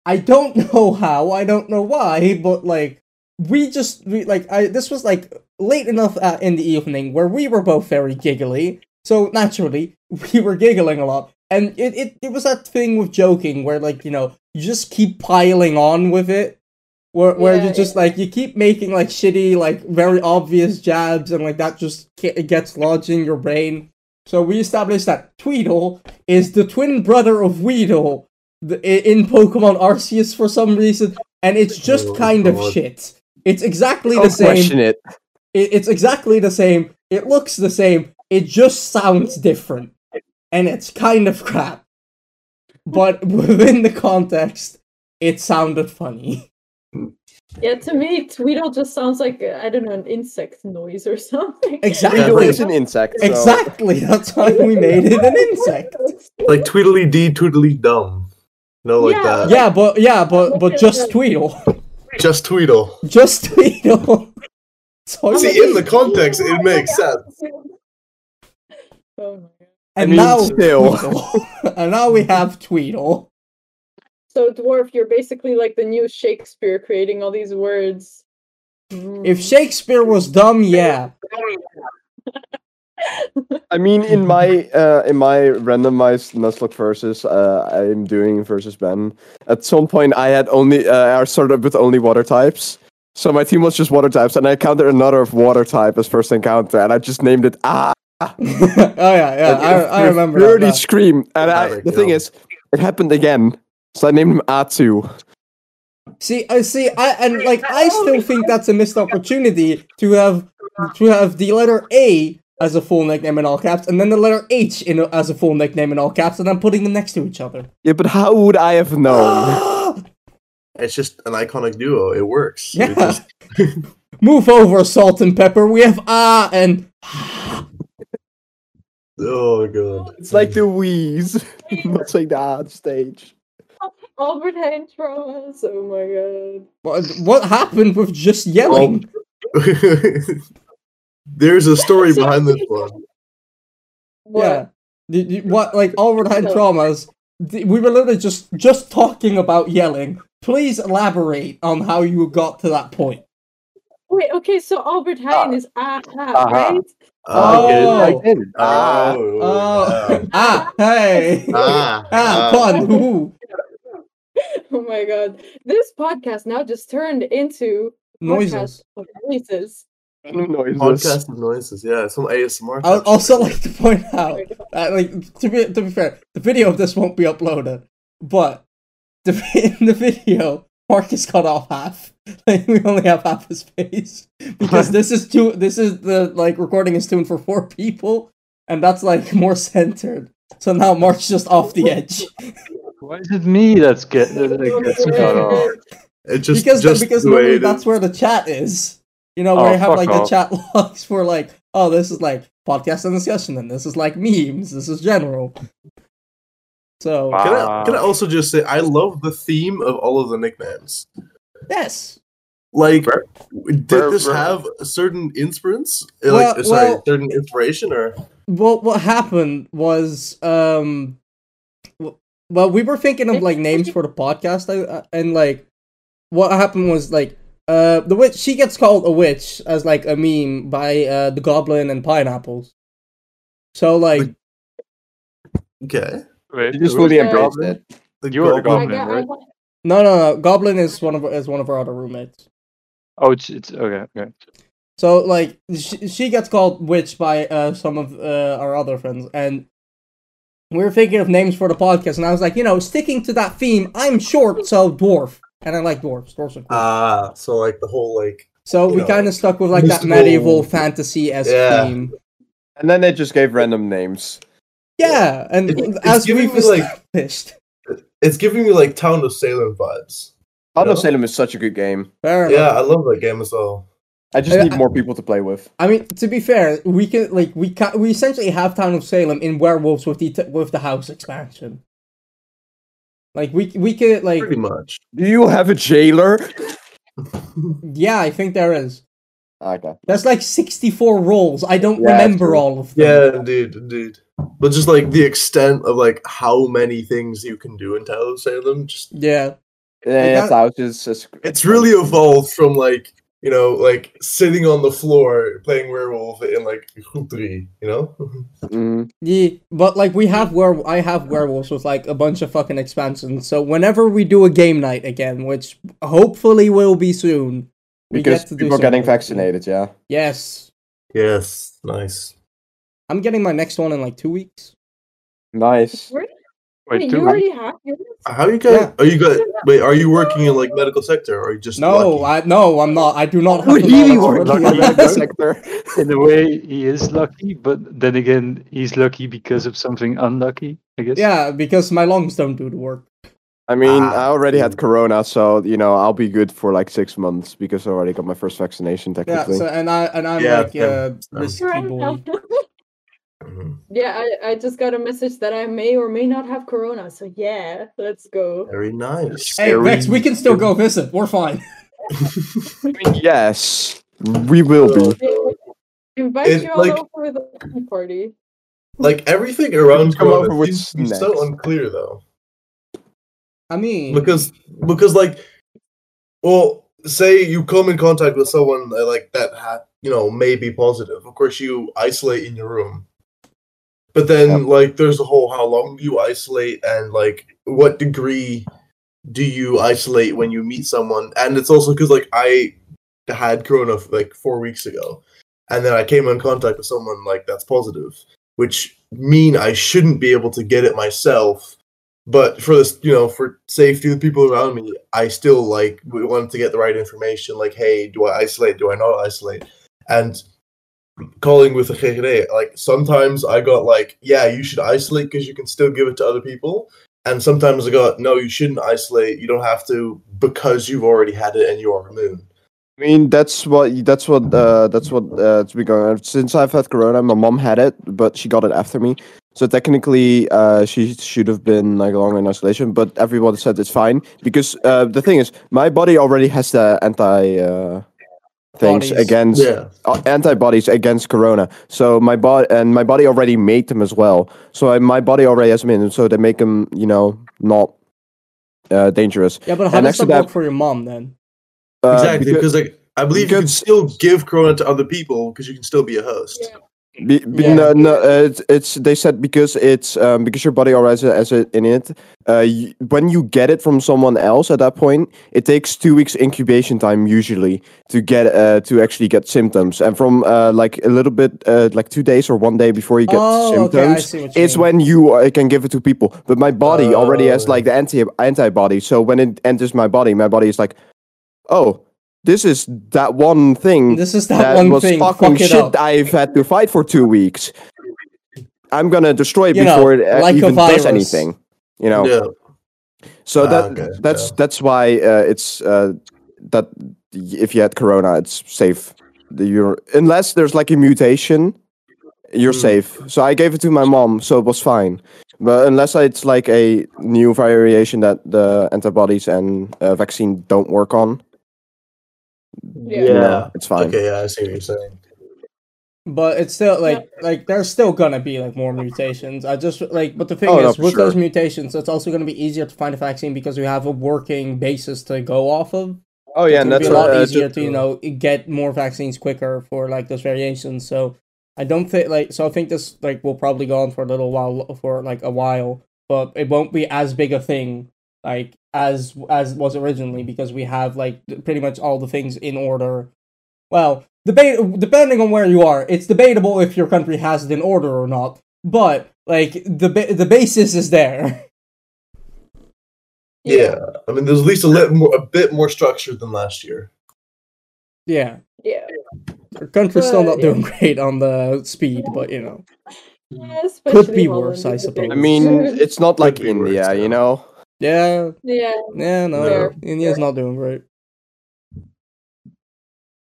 Speaker 1: I don't know how, I don't know why, but like we just we like I this was like late enough uh, in the evening where we were both very giggly. So naturally, we were giggling a lot. And it, it, it was that thing with joking where like, you know, you just keep piling on with it. Where where
Speaker 2: Yeah,
Speaker 1: you just like you keep making like shitty, like very obvious jabs and like that just ca- gets lodged in your brain. So we established that Tweedle is the twin brother of Weedle th- i- in Pokemon Arceus for some reason, and it's just
Speaker 5: Oh,
Speaker 1: kind of
Speaker 5: God. Oh,
Speaker 1: shit. It's exactly the
Speaker 3: Don't
Speaker 1: same.
Speaker 3: question it.
Speaker 1: It, it's exactly the same. It looks the same. It just sounds different, and it's kind of crap. But within the context, it sounded funny.
Speaker 2: Yeah, to me, Tweedle just sounds like uh, I don't know an insect noise or something.
Speaker 3: Tweedle
Speaker 1: Exactly.
Speaker 3: is an insect. so-
Speaker 1: Exactly. That's why we made it an insect.
Speaker 5: Like Tweedly Dee, Tweedly Dum. No, like
Speaker 2: Yeah.
Speaker 5: that.
Speaker 1: Yeah, but yeah, but but just Tweedle.
Speaker 5: Just Tweedle.
Speaker 1: Just Tweedle. So
Speaker 2: Oh my
Speaker 5: See, in the
Speaker 2: God.
Speaker 5: context, it makes sense.
Speaker 2: Oh my God.
Speaker 3: I
Speaker 1: And
Speaker 3: mean,
Speaker 1: now,
Speaker 3: still.
Speaker 1: Tweedle. and now we have Tweedle.
Speaker 2: So dwarf, you're basically like the new Shakespeare, creating all these words. Hmm.
Speaker 1: If Shakespeare was dumb, yeah,
Speaker 3: I mean, in my uh, in my randomized Nuzlocke versus uh, I'm doing versus Ben. At some point, I had only uh, I started with only water types, so my team was just water types, and I counted another of water type as first encounter, and I just named it Ah.
Speaker 1: oh yeah, yeah, I, I remember that.
Speaker 3: Dirty
Speaker 1: now.
Speaker 3: scream, and I,
Speaker 5: Pathetic,
Speaker 3: the thing
Speaker 5: yeah.
Speaker 3: is, it happened again, so I named him Atu.
Speaker 1: See, I see, I and like I still think that's a missed opportunity to have to have the letter A as a full nickname in all caps, and then the letter H in a- as a full nickname in all caps, and I'm putting them next to each other.
Speaker 3: Yeah, but how would I have known?
Speaker 1: Oh,
Speaker 5: It's just an iconic duo. It works. It
Speaker 1: yeah.
Speaker 5: just-
Speaker 1: Move over, salt and pepper. We have ah and
Speaker 5: oh, God.
Speaker 3: it's like the wheeze, not like the Ah stage.
Speaker 2: Albert Hain traumas. Oh my god.
Speaker 1: what, what happened with just yelling?
Speaker 5: There's a story behind this one.
Speaker 2: What?
Speaker 1: Yeah. Did you- what like Albert had
Speaker 2: No.
Speaker 1: traumas? th- We were literally just just talking about yelling. Please elaborate on how you got to that point.
Speaker 2: Wait. Okay. So Albert
Speaker 5: Ah.
Speaker 2: Hain is aha,
Speaker 3: Aha.
Speaker 2: right?
Speaker 1: Oh.
Speaker 5: okay.
Speaker 3: Like then, Ah.
Speaker 5: Uh, Oh,
Speaker 1: Oh,
Speaker 5: wow.
Speaker 1: ah, hey,
Speaker 5: Ah,
Speaker 1: ah,
Speaker 5: ah.
Speaker 1: pun. Ooh.
Speaker 2: Oh my god. This podcast now just turned into
Speaker 1: noises.
Speaker 2: podcast of noises.
Speaker 3: noises.
Speaker 5: Podcast of noises, yeah, some ASMR.
Speaker 1: I would
Speaker 5: type
Speaker 1: also
Speaker 5: shit.
Speaker 1: like to point out, uh, like to be to be fair, the video of this won't be uploaded, but the, in the video, Marcus cut off half. Like we only have half his face because this is two. This is the like recording is tuned for four people, and that's like more centered. So now Mark's just off the edge
Speaker 4: Why is it me that's get that gets cut off?
Speaker 5: It just
Speaker 1: because
Speaker 5: just
Speaker 1: because
Speaker 5: the way
Speaker 1: normally
Speaker 5: it
Speaker 1: that's
Speaker 5: is.
Speaker 1: where the chat is. You know, where
Speaker 4: Oh,
Speaker 1: you have
Speaker 4: fuck
Speaker 1: like
Speaker 4: off.
Speaker 1: the chat logs for like, oh, this is like podcast and discussion, and this is like memes. This is general. So
Speaker 4: Wow.
Speaker 5: Can I, can I
Speaker 4: Ah.
Speaker 5: also just say I love the theme of all of the nicknames.
Speaker 1: yes,
Speaker 5: Like,
Speaker 3: Where-
Speaker 5: did
Speaker 3: where-
Speaker 5: this
Speaker 3: where-
Speaker 5: have a certain inspirants? Uh,
Speaker 1: Well-
Speaker 5: Like, uh, sorry,
Speaker 1: well-
Speaker 5: certain inspiration, or
Speaker 1: Well, what happened was, um, w- well, we were thinking of like names for the podcast, I- I- and like, what happened was like, uh, the witch she gets called a witch as like a meme by uh the goblin and pineapples. So like,
Speaker 5: okay,
Speaker 4: Wait,
Speaker 3: You just
Speaker 4: who-
Speaker 3: fully
Speaker 2: Uh,
Speaker 3: embrace it.
Speaker 5: the
Speaker 4: You are the
Speaker 2: I
Speaker 4: goblin.
Speaker 2: got, I
Speaker 4: right?
Speaker 2: got,
Speaker 1: no, no, no, goblin is one of is one of our other roommates.
Speaker 4: Oh, it's, it's okay. Okay.
Speaker 1: So like, she, she gets called witch by uh some of uh, our other friends, and we were thinking of names for the podcast, and I was like, you know, sticking to that theme, I'm short, so dwarf, and I like dwarfs. Dwarfs are cool.
Speaker 5: Ah, so like the whole like
Speaker 1: So we
Speaker 5: you know,
Speaker 1: kind of stuck with like
Speaker 5: mystical-
Speaker 1: that medieval fantasy esque
Speaker 5: Yeah.
Speaker 1: theme.
Speaker 3: And then they just gave random names.
Speaker 1: Yeah, and
Speaker 5: It- it's
Speaker 1: as
Speaker 5: giving
Speaker 1: we've
Speaker 5: me, like-
Speaker 1: established,
Speaker 5: it's giving me like Town of Salem vibes.
Speaker 3: Out of
Speaker 5: Yeah.
Speaker 3: Salem is such a good game.
Speaker 1: fair
Speaker 5: Yeah,
Speaker 1: enough.
Speaker 5: I love that game as well.
Speaker 3: I just
Speaker 1: Yeah,
Speaker 3: need
Speaker 1: I-
Speaker 3: more people to play with.
Speaker 1: I mean, to be fair, we can like we ca- we essentially have Town of Salem in Werewolves with the t- with the house expansion. Like we we could like
Speaker 5: Pretty much.
Speaker 3: Do you have a jailer?
Speaker 1: yeah, I think there is.
Speaker 3: Okay.
Speaker 1: That's like sixty four roles. I don't
Speaker 3: Yeah,
Speaker 1: remember
Speaker 3: true.
Speaker 1: all of them.
Speaker 5: Yeah, indeed, indeed. But just like the extent of like how many things you can do in Town of Salem, just
Speaker 1: yeah,
Speaker 3: Yeah, yes,
Speaker 1: that-
Speaker 3: I was just. it's-
Speaker 5: it's really evolved from like you know like sitting on the floor playing werewolf in like Hoopri, you know.
Speaker 3: Mhm.
Speaker 1: yeah. But like we have where I have werewolves with like a bunch of fucking expansions. So whenever we do a game night again, which hopefully will be soon, We
Speaker 3: Because
Speaker 1: get to do
Speaker 3: people are getting
Speaker 1: something.
Speaker 3: vaccinated, yeah.
Speaker 1: Yes.
Speaker 5: yes, nice.
Speaker 1: I'm getting my next one in like two weeks.
Speaker 3: Nice.
Speaker 2: wait,
Speaker 4: Wait,
Speaker 2: you
Speaker 4: two
Speaker 2: already have yours?
Speaker 1: Ah,
Speaker 5: How you guys?
Speaker 1: Yeah.
Speaker 5: Are you guys? Wait, are you working in like medical sector? Or are you just
Speaker 1: No,
Speaker 5: lucky?
Speaker 1: I no, I'm not. I do not have
Speaker 3: We
Speaker 1: the
Speaker 3: really
Speaker 1: knowledge
Speaker 3: work
Speaker 1: for
Speaker 3: on
Speaker 1: the-
Speaker 3: the medical sector.
Speaker 4: In a way, he is lucky, but then again, he's lucky because of something unlucky, I guess.
Speaker 1: Yeah, because my lungs don't do the work.
Speaker 3: I mean, I
Speaker 5: Ah,
Speaker 3: already had
Speaker 5: mm.
Speaker 3: corona, so you know I'll be good for like six months because I already got my first vaccination.
Speaker 1: Yeah.
Speaker 3: Technically,
Speaker 1: So and I and I'm
Speaker 5: Yeah,
Speaker 1: like uh,
Speaker 5: same.
Speaker 1: risky
Speaker 2: Right
Speaker 1: boy.
Speaker 2: now.
Speaker 5: Mhm.
Speaker 2: yeah, I, I just got a message that I may or may not have corona. So yeah, let's go.
Speaker 5: Very nice.
Speaker 1: Hey, Vex, we can still go visit. We're fine.
Speaker 3: yes, we will be.
Speaker 2: Invite
Speaker 5: It-
Speaker 2: you all
Speaker 5: like-
Speaker 2: over the tea party.
Speaker 5: Like everything around
Speaker 3: Come
Speaker 5: Corona
Speaker 3: over with
Speaker 5: seems to be so
Speaker 3: snacks.
Speaker 5: unclear though,
Speaker 1: I mean,
Speaker 5: because because like, well, say you come in contact with someone that, like that, ha- you know, may be positive. Of course, you isolate in your room, but then
Speaker 3: Yep.
Speaker 5: like, there's the whole how long you isolate and like what degree do you isolate when you meet someone, and it's also because like I had corona like four weeks ago, and then I came in contact with someone like that's positive, which mean I shouldn't be able to get it myself. But for this, you know, for safety of the people around me, I still like we wanted to get the right information. Like, hey, do I isolate? Do I not isolate? And calling with the GGD, like sometimes I got like, yeah, you should isolate because you can still give it to other people. And sometimes I got, no, you shouldn't isolate. You don't have to because you've already had it and you are immune.
Speaker 3: I mean, that's what that's what uh, that's what uh, it's been going. on. Since I've had corona, my mom had it, but she got it after me. So technically, uh, she should have been like longer in isolation. But everyone said it's fine because uh, the thing is, my body already has the anti uh,
Speaker 1: Bodies.
Speaker 3: things against uh, antibodies against corona. So my body and my body already made them as well. So I, my body already has them in, so they make them, you know, not uh, dangerous.
Speaker 1: yeah, but how
Speaker 3: and
Speaker 1: does that
Speaker 3: actually that-
Speaker 1: work for your mom then?
Speaker 3: Uh,
Speaker 5: exactly
Speaker 3: becau-
Speaker 5: because like I believe you can
Speaker 3: because-
Speaker 5: still give Corona to other people because you can still be a host.
Speaker 2: Yeah.
Speaker 3: Be, be-
Speaker 1: Yeah.
Speaker 3: No, no, uh, it's, it's they said because it's um, because your body already has it in it. Uh, y when you get it from someone else, at that point, it takes two weeks incubation time usually to get uh, to actually get symptoms, and from uh, like a little bit uh, like two days or one day before you get
Speaker 1: Oh, okay, I
Speaker 3: symptoms.
Speaker 1: see what you
Speaker 3: It's
Speaker 1: mean.
Speaker 3: when you uh, can give it to people, but my body already has
Speaker 5: Oh.
Speaker 3: like the anti antibody. So when it enters my body, my body is like, oh, this is that one thing
Speaker 1: This is that,
Speaker 3: that
Speaker 1: one
Speaker 3: was
Speaker 1: thing. Fuck
Speaker 3: fucking
Speaker 1: it
Speaker 3: shit
Speaker 1: up.
Speaker 3: I've had to fight for two weeks. I'm gonna destroy it
Speaker 1: You know,
Speaker 3: before it uh,
Speaker 1: like a
Speaker 3: even
Speaker 1: virus.
Speaker 3: does anything. You know,
Speaker 5: Yeah.
Speaker 3: so
Speaker 5: Ah,
Speaker 3: that
Speaker 5: okay,
Speaker 3: that's
Speaker 5: yeah.
Speaker 3: that's why uh, it's uh, that if you had corona, it's safe. The- You're, unless there's like a mutation, you're
Speaker 5: Hmm.
Speaker 3: safe. So I gave it to my mom, so it was fine. But unless it's like a new variation that the antibodies and uh, vaccine don't work on,
Speaker 2: Yeah.
Speaker 5: Yeah.
Speaker 3: No, it's fine.
Speaker 5: Okay, yeah, I see what you're saying.
Speaker 1: But it's still like like there's still gonna be like more mutations. I just like but the thing
Speaker 3: Oh, no,
Speaker 1: is
Speaker 3: for
Speaker 1: with those
Speaker 3: sure.
Speaker 1: mutations, it's also gonna be easier to find a vaccine because we have a working basis to go off of.
Speaker 3: Oh yeah, and
Speaker 1: it's
Speaker 3: that's
Speaker 1: gonna be a lot
Speaker 3: what, uh,
Speaker 1: easier
Speaker 3: ju-
Speaker 1: to you know get more vaccines quicker for like those variations. So I don't think like so I think this like will probably go on for a little while for like a while, but it won't be as big a thing like as as was originally because we have like pretty much all the things in order. Well, debate depending on where you are, it's debatable if your country has it in order or not. But like the ba- the basis is there.
Speaker 5: Yeah. I mean, there's at least a, lit more, a bit more structure than last year.
Speaker 1: yeah,
Speaker 2: Yeah.
Speaker 1: our country's still not
Speaker 2: But-
Speaker 1: doing great on the speed, but you know.
Speaker 2: Yeah, especially
Speaker 1: be
Speaker 2: Holland
Speaker 1: worse, I
Speaker 2: is a bit-
Speaker 1: suppose.
Speaker 3: I mean, it's not like
Speaker 5: Could be worse,
Speaker 3: India,
Speaker 5: yeah.
Speaker 3: you know.
Speaker 1: Yeah,
Speaker 2: yeah.
Speaker 1: yeah, no,
Speaker 5: No.
Speaker 1: India's not doing great.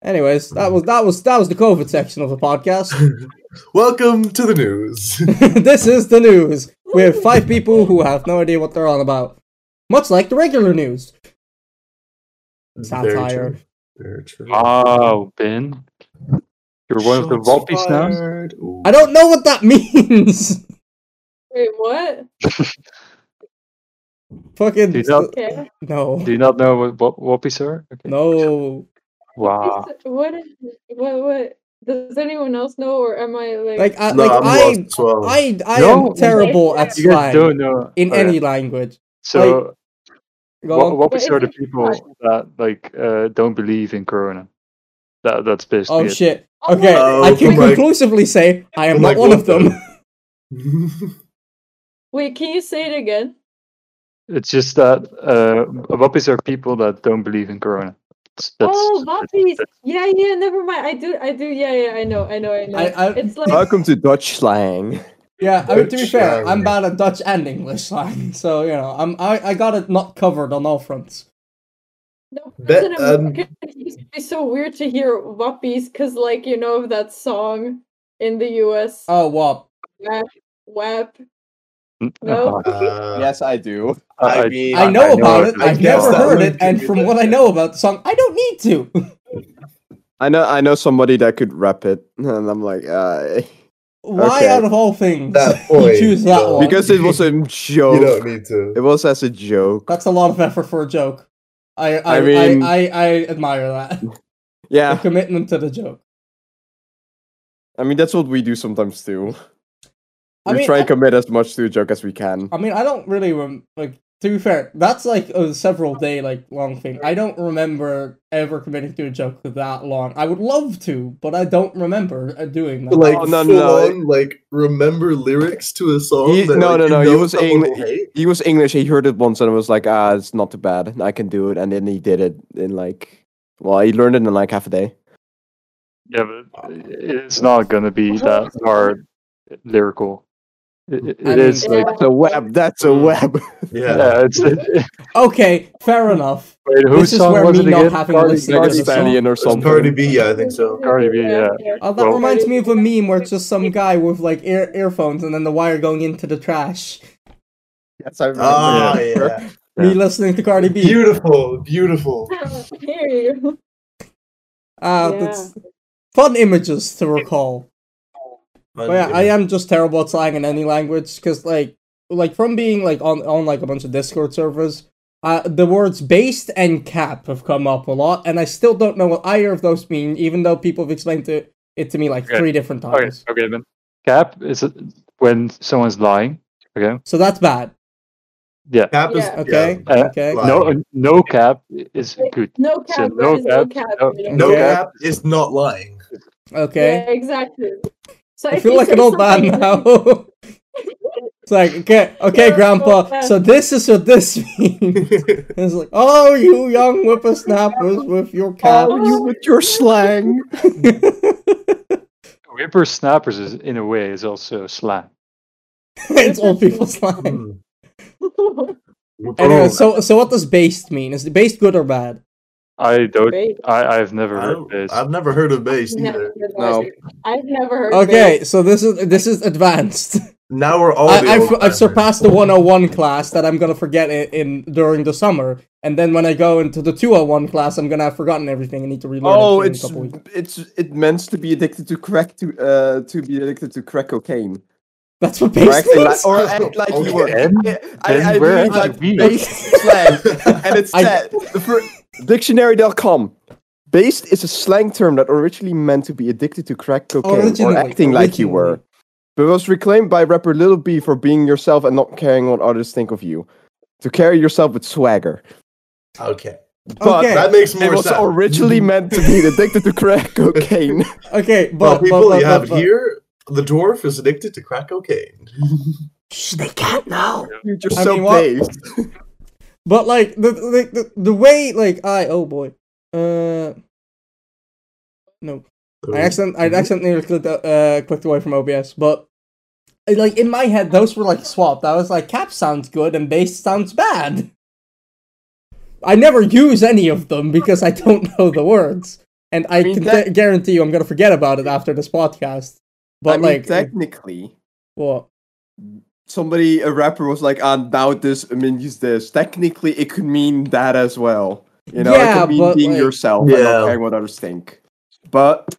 Speaker 1: Anyways, that was that was that was the COVID section of the podcast.
Speaker 5: Welcome to the news.
Speaker 1: this is the news. We have five people who have no idea what they're on about, much like the regular news. Satire.
Speaker 5: Very true. Very true.
Speaker 3: Uh,
Speaker 4: Wow, Ben. You're one of the
Speaker 5: Shots
Speaker 4: woppies now.
Speaker 5: fired. Ooh.
Speaker 1: I don't know what that means.
Speaker 2: Wait, what?
Speaker 1: Fucking
Speaker 4: Do not-
Speaker 2: Okay.
Speaker 1: no,
Speaker 4: Do you not know what wop- woppies are? Okay.
Speaker 1: no.
Speaker 3: Ah.
Speaker 4: Wow.
Speaker 2: Is- What is what what does anyone else know or am I like,
Speaker 1: Like I,
Speaker 5: No,
Speaker 1: like
Speaker 5: I'm lost
Speaker 1: I,
Speaker 5: as well.
Speaker 1: I, I
Speaker 4: No.
Speaker 1: am terrible at
Speaker 4: You guys
Speaker 1: slang
Speaker 4: don't know.
Speaker 1: in
Speaker 4: Oh, yeah.
Speaker 1: any language.
Speaker 4: So,
Speaker 1: Go
Speaker 4: wa-
Speaker 1: on.
Speaker 2: But
Speaker 4: woppies
Speaker 2: if
Speaker 4: are the
Speaker 2: you-
Speaker 4: people that like uh, don't believe in Corona. That that's basically
Speaker 1: Oh
Speaker 4: it.
Speaker 1: shit. Okay,
Speaker 5: Oh
Speaker 1: I can
Speaker 5: my-
Speaker 1: conclusively say I am
Speaker 5: Oh my
Speaker 1: not one of
Speaker 5: God.
Speaker 1: them.
Speaker 2: Wait, can you say it again?
Speaker 4: It's just that uh, woppies are people that don't believe in Corona. That's, that's,
Speaker 2: oh, Bobby's. Yeah, yeah. Never mind. I do. I do. Yeah, yeah. I know. I know. I know.
Speaker 1: I- I-
Speaker 2: it's like
Speaker 3: Welcome to Dutch slang.
Speaker 1: Yeah, I mean, to be
Speaker 5: Dutch
Speaker 1: fair, I'm
Speaker 5: slang.
Speaker 1: bad at Dutch and English slang, so you know, I'm I, I got it not covered on all fronts.
Speaker 2: no
Speaker 5: That,
Speaker 2: person in
Speaker 5: um,
Speaker 2: America, it used to be so weird to hear Whoppies because, like, you know that song in the U.S.
Speaker 1: Oh wop.
Speaker 2: WAP.
Speaker 4: n-
Speaker 2: No.
Speaker 5: Uh,
Speaker 3: yes, I do.
Speaker 5: I,
Speaker 4: I- I-
Speaker 5: mean,
Speaker 1: I know about it.
Speaker 4: I
Speaker 1: I've
Speaker 4: guess
Speaker 1: never
Speaker 4: that
Speaker 1: heard
Speaker 5: link
Speaker 1: it, and
Speaker 5: is
Speaker 1: from
Speaker 5: in
Speaker 1: what I
Speaker 5: there.
Speaker 1: know about the song, I don't need to.
Speaker 3: I know. I know somebody that could rap it, and I'm like, uh,
Speaker 1: Why
Speaker 3: Okay.
Speaker 1: out of all things
Speaker 5: That
Speaker 1: you
Speaker 5: point,
Speaker 1: choose that
Speaker 5: though.
Speaker 1: one?
Speaker 3: because it was a
Speaker 5: You don't
Speaker 3: joke.
Speaker 5: need
Speaker 3: It
Speaker 5: to.
Speaker 3: was as a joke.
Speaker 1: that's a lot of effort for a joke. I I
Speaker 3: I mean-
Speaker 1: I, I, I admire that. The
Speaker 3: Yeah,
Speaker 1: commitment to the joke.
Speaker 3: I mean that's what we do sometimes too.
Speaker 1: I
Speaker 3: we
Speaker 1: mean,
Speaker 3: try
Speaker 1: I-
Speaker 3: and commit as much to a joke as we can.
Speaker 1: I mean, I don't really rem- like. To be fair, that's like a several day like long thing. I don't remember ever committing to a joke for that long. I would love to, but I don't remember uh, doing that.
Speaker 5: Like
Speaker 3: Oh, no, no,
Speaker 5: full
Speaker 3: no, it-
Speaker 5: on, like remember lyrics to a song.
Speaker 3: He-
Speaker 5: that,
Speaker 3: no,
Speaker 5: like,
Speaker 3: no,
Speaker 5: you
Speaker 3: no, he
Speaker 5: know
Speaker 3: was
Speaker 5: someone
Speaker 3: Engli-
Speaker 5: will hate?
Speaker 3: He was English. He heard it once and was like, ah, it's not too bad. I can do it. And then he did it in like, well, he learned it in like half a day.
Speaker 4: Yeah, but it's not gonna be that hard lyrical. It, it-
Speaker 1: I
Speaker 4: it
Speaker 1: mean-
Speaker 4: is like
Speaker 2: Yeah.
Speaker 3: That's a web. That's a web.
Speaker 5: Yeah.
Speaker 4: yeah. It's it,
Speaker 1: okay, fair enough.
Speaker 4: wait,
Speaker 1: This
Speaker 4: whose
Speaker 1: is
Speaker 4: song
Speaker 1: where
Speaker 4: was
Speaker 1: me
Speaker 4: it
Speaker 1: not
Speaker 4: again?
Speaker 1: having
Speaker 4: Cardi-
Speaker 1: listened to
Speaker 4: Cardi
Speaker 1: the
Speaker 4: B.
Speaker 1: song.
Speaker 3: Italian or
Speaker 5: It's
Speaker 3: something.
Speaker 5: Cardi B, yeah, I think so.
Speaker 4: Cardi B, yeah.
Speaker 1: Oh, that
Speaker 4: Well-
Speaker 1: reminds me of a meme where it's just some guy with like ear earphones and then the wire going into the trash.
Speaker 3: Yes, I remember.
Speaker 5: Ah, yeah.
Speaker 1: Me listening to Cardi B.
Speaker 5: Beautiful, beautiful.
Speaker 2: Here you.
Speaker 1: Ah,
Speaker 2: Yeah.
Speaker 1: that's fun images to recall. But yeah, I am just terrible at slang in any language because like like from being like on on like a bunch of Discord servers, uh, the words based and cap have come up a lot, and I still don't know what either of those mean, even though people have explained to, it to me like
Speaker 4: Okay.
Speaker 1: three different
Speaker 4: Okay,
Speaker 1: times.
Speaker 4: okay, then. Cap is it when someone's lying. Okay.
Speaker 1: So that's bad.
Speaker 4: Yeah.
Speaker 5: Cap is,
Speaker 2: Yeah.
Speaker 1: Okay.
Speaker 4: Uh,
Speaker 1: okay.
Speaker 5: like-
Speaker 4: No, no cap is good.
Speaker 2: No
Speaker 4: So
Speaker 2: cap.
Speaker 4: no
Speaker 2: that is no
Speaker 4: cap,
Speaker 2: cap.
Speaker 4: no-
Speaker 2: you know?
Speaker 5: No
Speaker 1: Okay.
Speaker 5: cap is not lying.
Speaker 1: Okay.
Speaker 2: Yeah, exactly. So
Speaker 1: I
Speaker 2: if
Speaker 1: feel
Speaker 2: you
Speaker 1: like an
Speaker 2: say
Speaker 1: old man
Speaker 2: something
Speaker 1: now.
Speaker 2: like-
Speaker 1: it's like okay, okay,
Speaker 2: Yeah,
Speaker 1: Grandpa.
Speaker 2: yeah.
Speaker 1: So this is what this means. it's like, oh, you young whippersnappers with your cap.
Speaker 3: Oh, you with your slang.
Speaker 4: Whippersnappers is in a way is also slang.
Speaker 1: it's all people's line.
Speaker 5: Hmm.
Speaker 1: Anyway, so so what does based mean? Is the based good or bad?
Speaker 4: I don't.
Speaker 2: Great.
Speaker 4: I I've never
Speaker 5: I
Speaker 4: heard
Speaker 5: don't-
Speaker 4: this.
Speaker 5: I've never heard of bass
Speaker 2: Never
Speaker 5: either.
Speaker 2: heard
Speaker 3: No.
Speaker 2: that. I've never heard.
Speaker 1: Okay,
Speaker 2: this.
Speaker 1: so this is this is advanced.
Speaker 5: Now we're all.
Speaker 1: I,
Speaker 5: the
Speaker 1: I've
Speaker 5: old
Speaker 1: I've
Speaker 5: timers.
Speaker 1: oh surpassed the 101 class that I'm gonna forget in, in during the summer And then when I go into the 201 class, I'm gonna have forgotten everything and need to relearn
Speaker 3: Oh,
Speaker 1: it in a
Speaker 3: it's
Speaker 1: couple weeks.
Speaker 3: it's it meant to be addicted to crack to uh to be addicted to crack cocaine.
Speaker 1: That's what
Speaker 3: Or
Speaker 1: base
Speaker 3: acting like,
Speaker 1: means?
Speaker 3: or act like you were.
Speaker 4: Then,
Speaker 3: I,
Speaker 4: then
Speaker 3: I, I
Speaker 4: we're
Speaker 3: really
Speaker 4: at
Speaker 3: like
Speaker 4: the beach.
Speaker 3: based slang, and it's
Speaker 1: I-
Speaker 3: that the fir- dictionary.com. Based is a slang term that originally meant to be addicted to crack cocaine
Speaker 1: Originally,
Speaker 3: or acting like you were,
Speaker 1: originally.
Speaker 3: but was reclaimed by rapper Little B for being yourself and not caring what others think of you. To carry yourself with swagger.
Speaker 5: Okay,
Speaker 3: But
Speaker 1: Okay. Mm-hmm.
Speaker 5: that makes more
Speaker 3: it was
Speaker 5: sense.
Speaker 3: originally meant to be addicted to crack cocaine.
Speaker 1: Okay, but,
Speaker 5: well,
Speaker 1: but-
Speaker 5: people,
Speaker 1: but-
Speaker 5: you have
Speaker 1: but- but-
Speaker 5: here the dwarf is addicted to crack cocaine.
Speaker 1: Shh, they can't know.
Speaker 3: You're just
Speaker 1: I
Speaker 3: so
Speaker 1: mean, what-
Speaker 3: based.
Speaker 1: But like the the, the the way like I oh boy. Uh no. I accident
Speaker 3: Mm-hmm.
Speaker 1: I accidentally clicked uh clicked away from OBS, but uh, like in my head those were like swapped. I was like cap sounds good and bass sounds bad. I never use any of them because I don't know the words. And I,
Speaker 3: mean,
Speaker 1: can
Speaker 3: that-
Speaker 1: gu- guarantee you I'm gonna forget about it after this podcast. But
Speaker 3: I mean,
Speaker 1: like
Speaker 3: technically,
Speaker 1: what?
Speaker 3: somebody a rapper was like, "Ah, now this I mean, use this." Technically, it could mean that as well. You know, it
Speaker 1: Yeah,
Speaker 3: could mean
Speaker 1: but,
Speaker 3: being
Speaker 1: like-
Speaker 3: yourself and
Speaker 5: Yeah.
Speaker 3: not caring what others think. But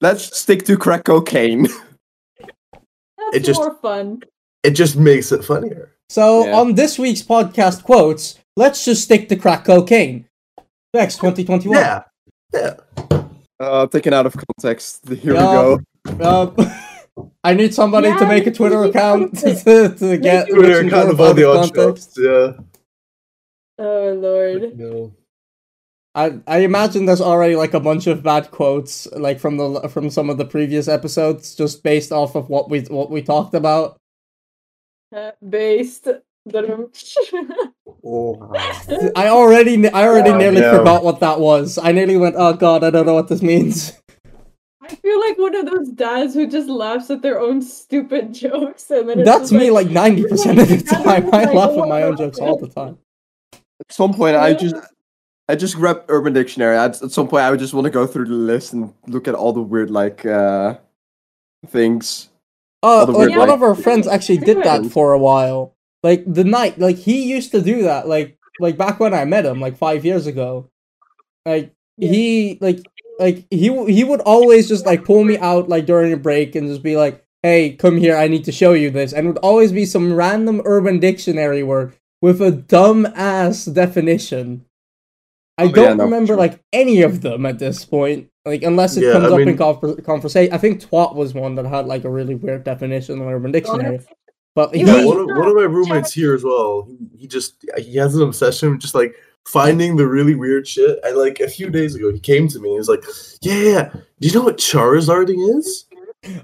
Speaker 3: let's stick to crack cocaine.
Speaker 2: That's
Speaker 5: It just-
Speaker 2: more fun.
Speaker 5: It just makes it funnier.
Speaker 1: So
Speaker 3: Yeah.
Speaker 1: on this week's podcast quotes, let's just stick to crack cocaine. Next 2021.
Speaker 5: Yeah.
Speaker 3: Uh, taken out of context. Here
Speaker 1: Yeah.
Speaker 3: we go.
Speaker 1: Um, I need somebody to
Speaker 2: Yeah,
Speaker 1: make a
Speaker 2: make
Speaker 1: Twitter
Speaker 2: it
Speaker 1: account to,
Speaker 2: context.
Speaker 1: to, to get
Speaker 2: it
Speaker 1: which
Speaker 5: Twitter
Speaker 1: is
Speaker 5: kind of
Speaker 1: out
Speaker 5: all the odd
Speaker 1: context.
Speaker 5: jobs. Yeah.
Speaker 2: Oh lord.
Speaker 5: No.
Speaker 1: I, I imagine there's already like a bunch of bad quotes like from the from some of the previous episodes just based off of what we what we talked about.
Speaker 2: Uh, based. um,
Speaker 5: Oh.
Speaker 1: I already ne- I already
Speaker 5: Oh,
Speaker 1: nearly
Speaker 5: no.
Speaker 1: forgot what that was. I nearly went, "Oh god, I don't know what this means."
Speaker 2: I feel like one of those dads who just laughs at their own stupid jokes and then it's
Speaker 1: That's
Speaker 2: just
Speaker 1: me
Speaker 2: like, "Oh
Speaker 1: like 90% of the time. I laugh at my own
Speaker 2: Like,
Speaker 1: jokes all the time.
Speaker 3: At some point, I
Speaker 2: Yeah.
Speaker 3: just. I just grabbed Urban Dictionary. At, at some point, I would just want to go through the list and look at all the weird like uh, things.
Speaker 1: Oh,
Speaker 3: All the
Speaker 1: like
Speaker 2: weird
Speaker 1: one
Speaker 3: light.
Speaker 1: of our friends actually did that
Speaker 3: Yeah.
Speaker 1: for a while. Like the night, like he used to do that. Like like back when I met him, like five years ago. Like
Speaker 2: Yeah.
Speaker 1: he like like he w- he would always just like pull me out like during a break and just be like, "Hey, come here, I need to show you this," and it would always be some random Urban Dictionary word with a dumb ass definition. I
Speaker 3: Oh, yeah,
Speaker 1: don't
Speaker 3: no, for
Speaker 1: remember
Speaker 3: sure.
Speaker 1: like any of them at this point. Like unless it
Speaker 5: Yeah,
Speaker 1: comes
Speaker 5: I
Speaker 1: up in
Speaker 5: mean-
Speaker 1: conver- conversation. I think twat was one that had like a really weird definition on Urban Dictionary. But he,
Speaker 2: You
Speaker 5: Yeah,
Speaker 2: He-
Speaker 5: one of, one of my roommates here as well. He, he just he has an obsession with just like finding the really weird shit. And like a few days ago, he came to me. and He was like, "Yeah, yeah, yeah. do you know what Charizarding is?"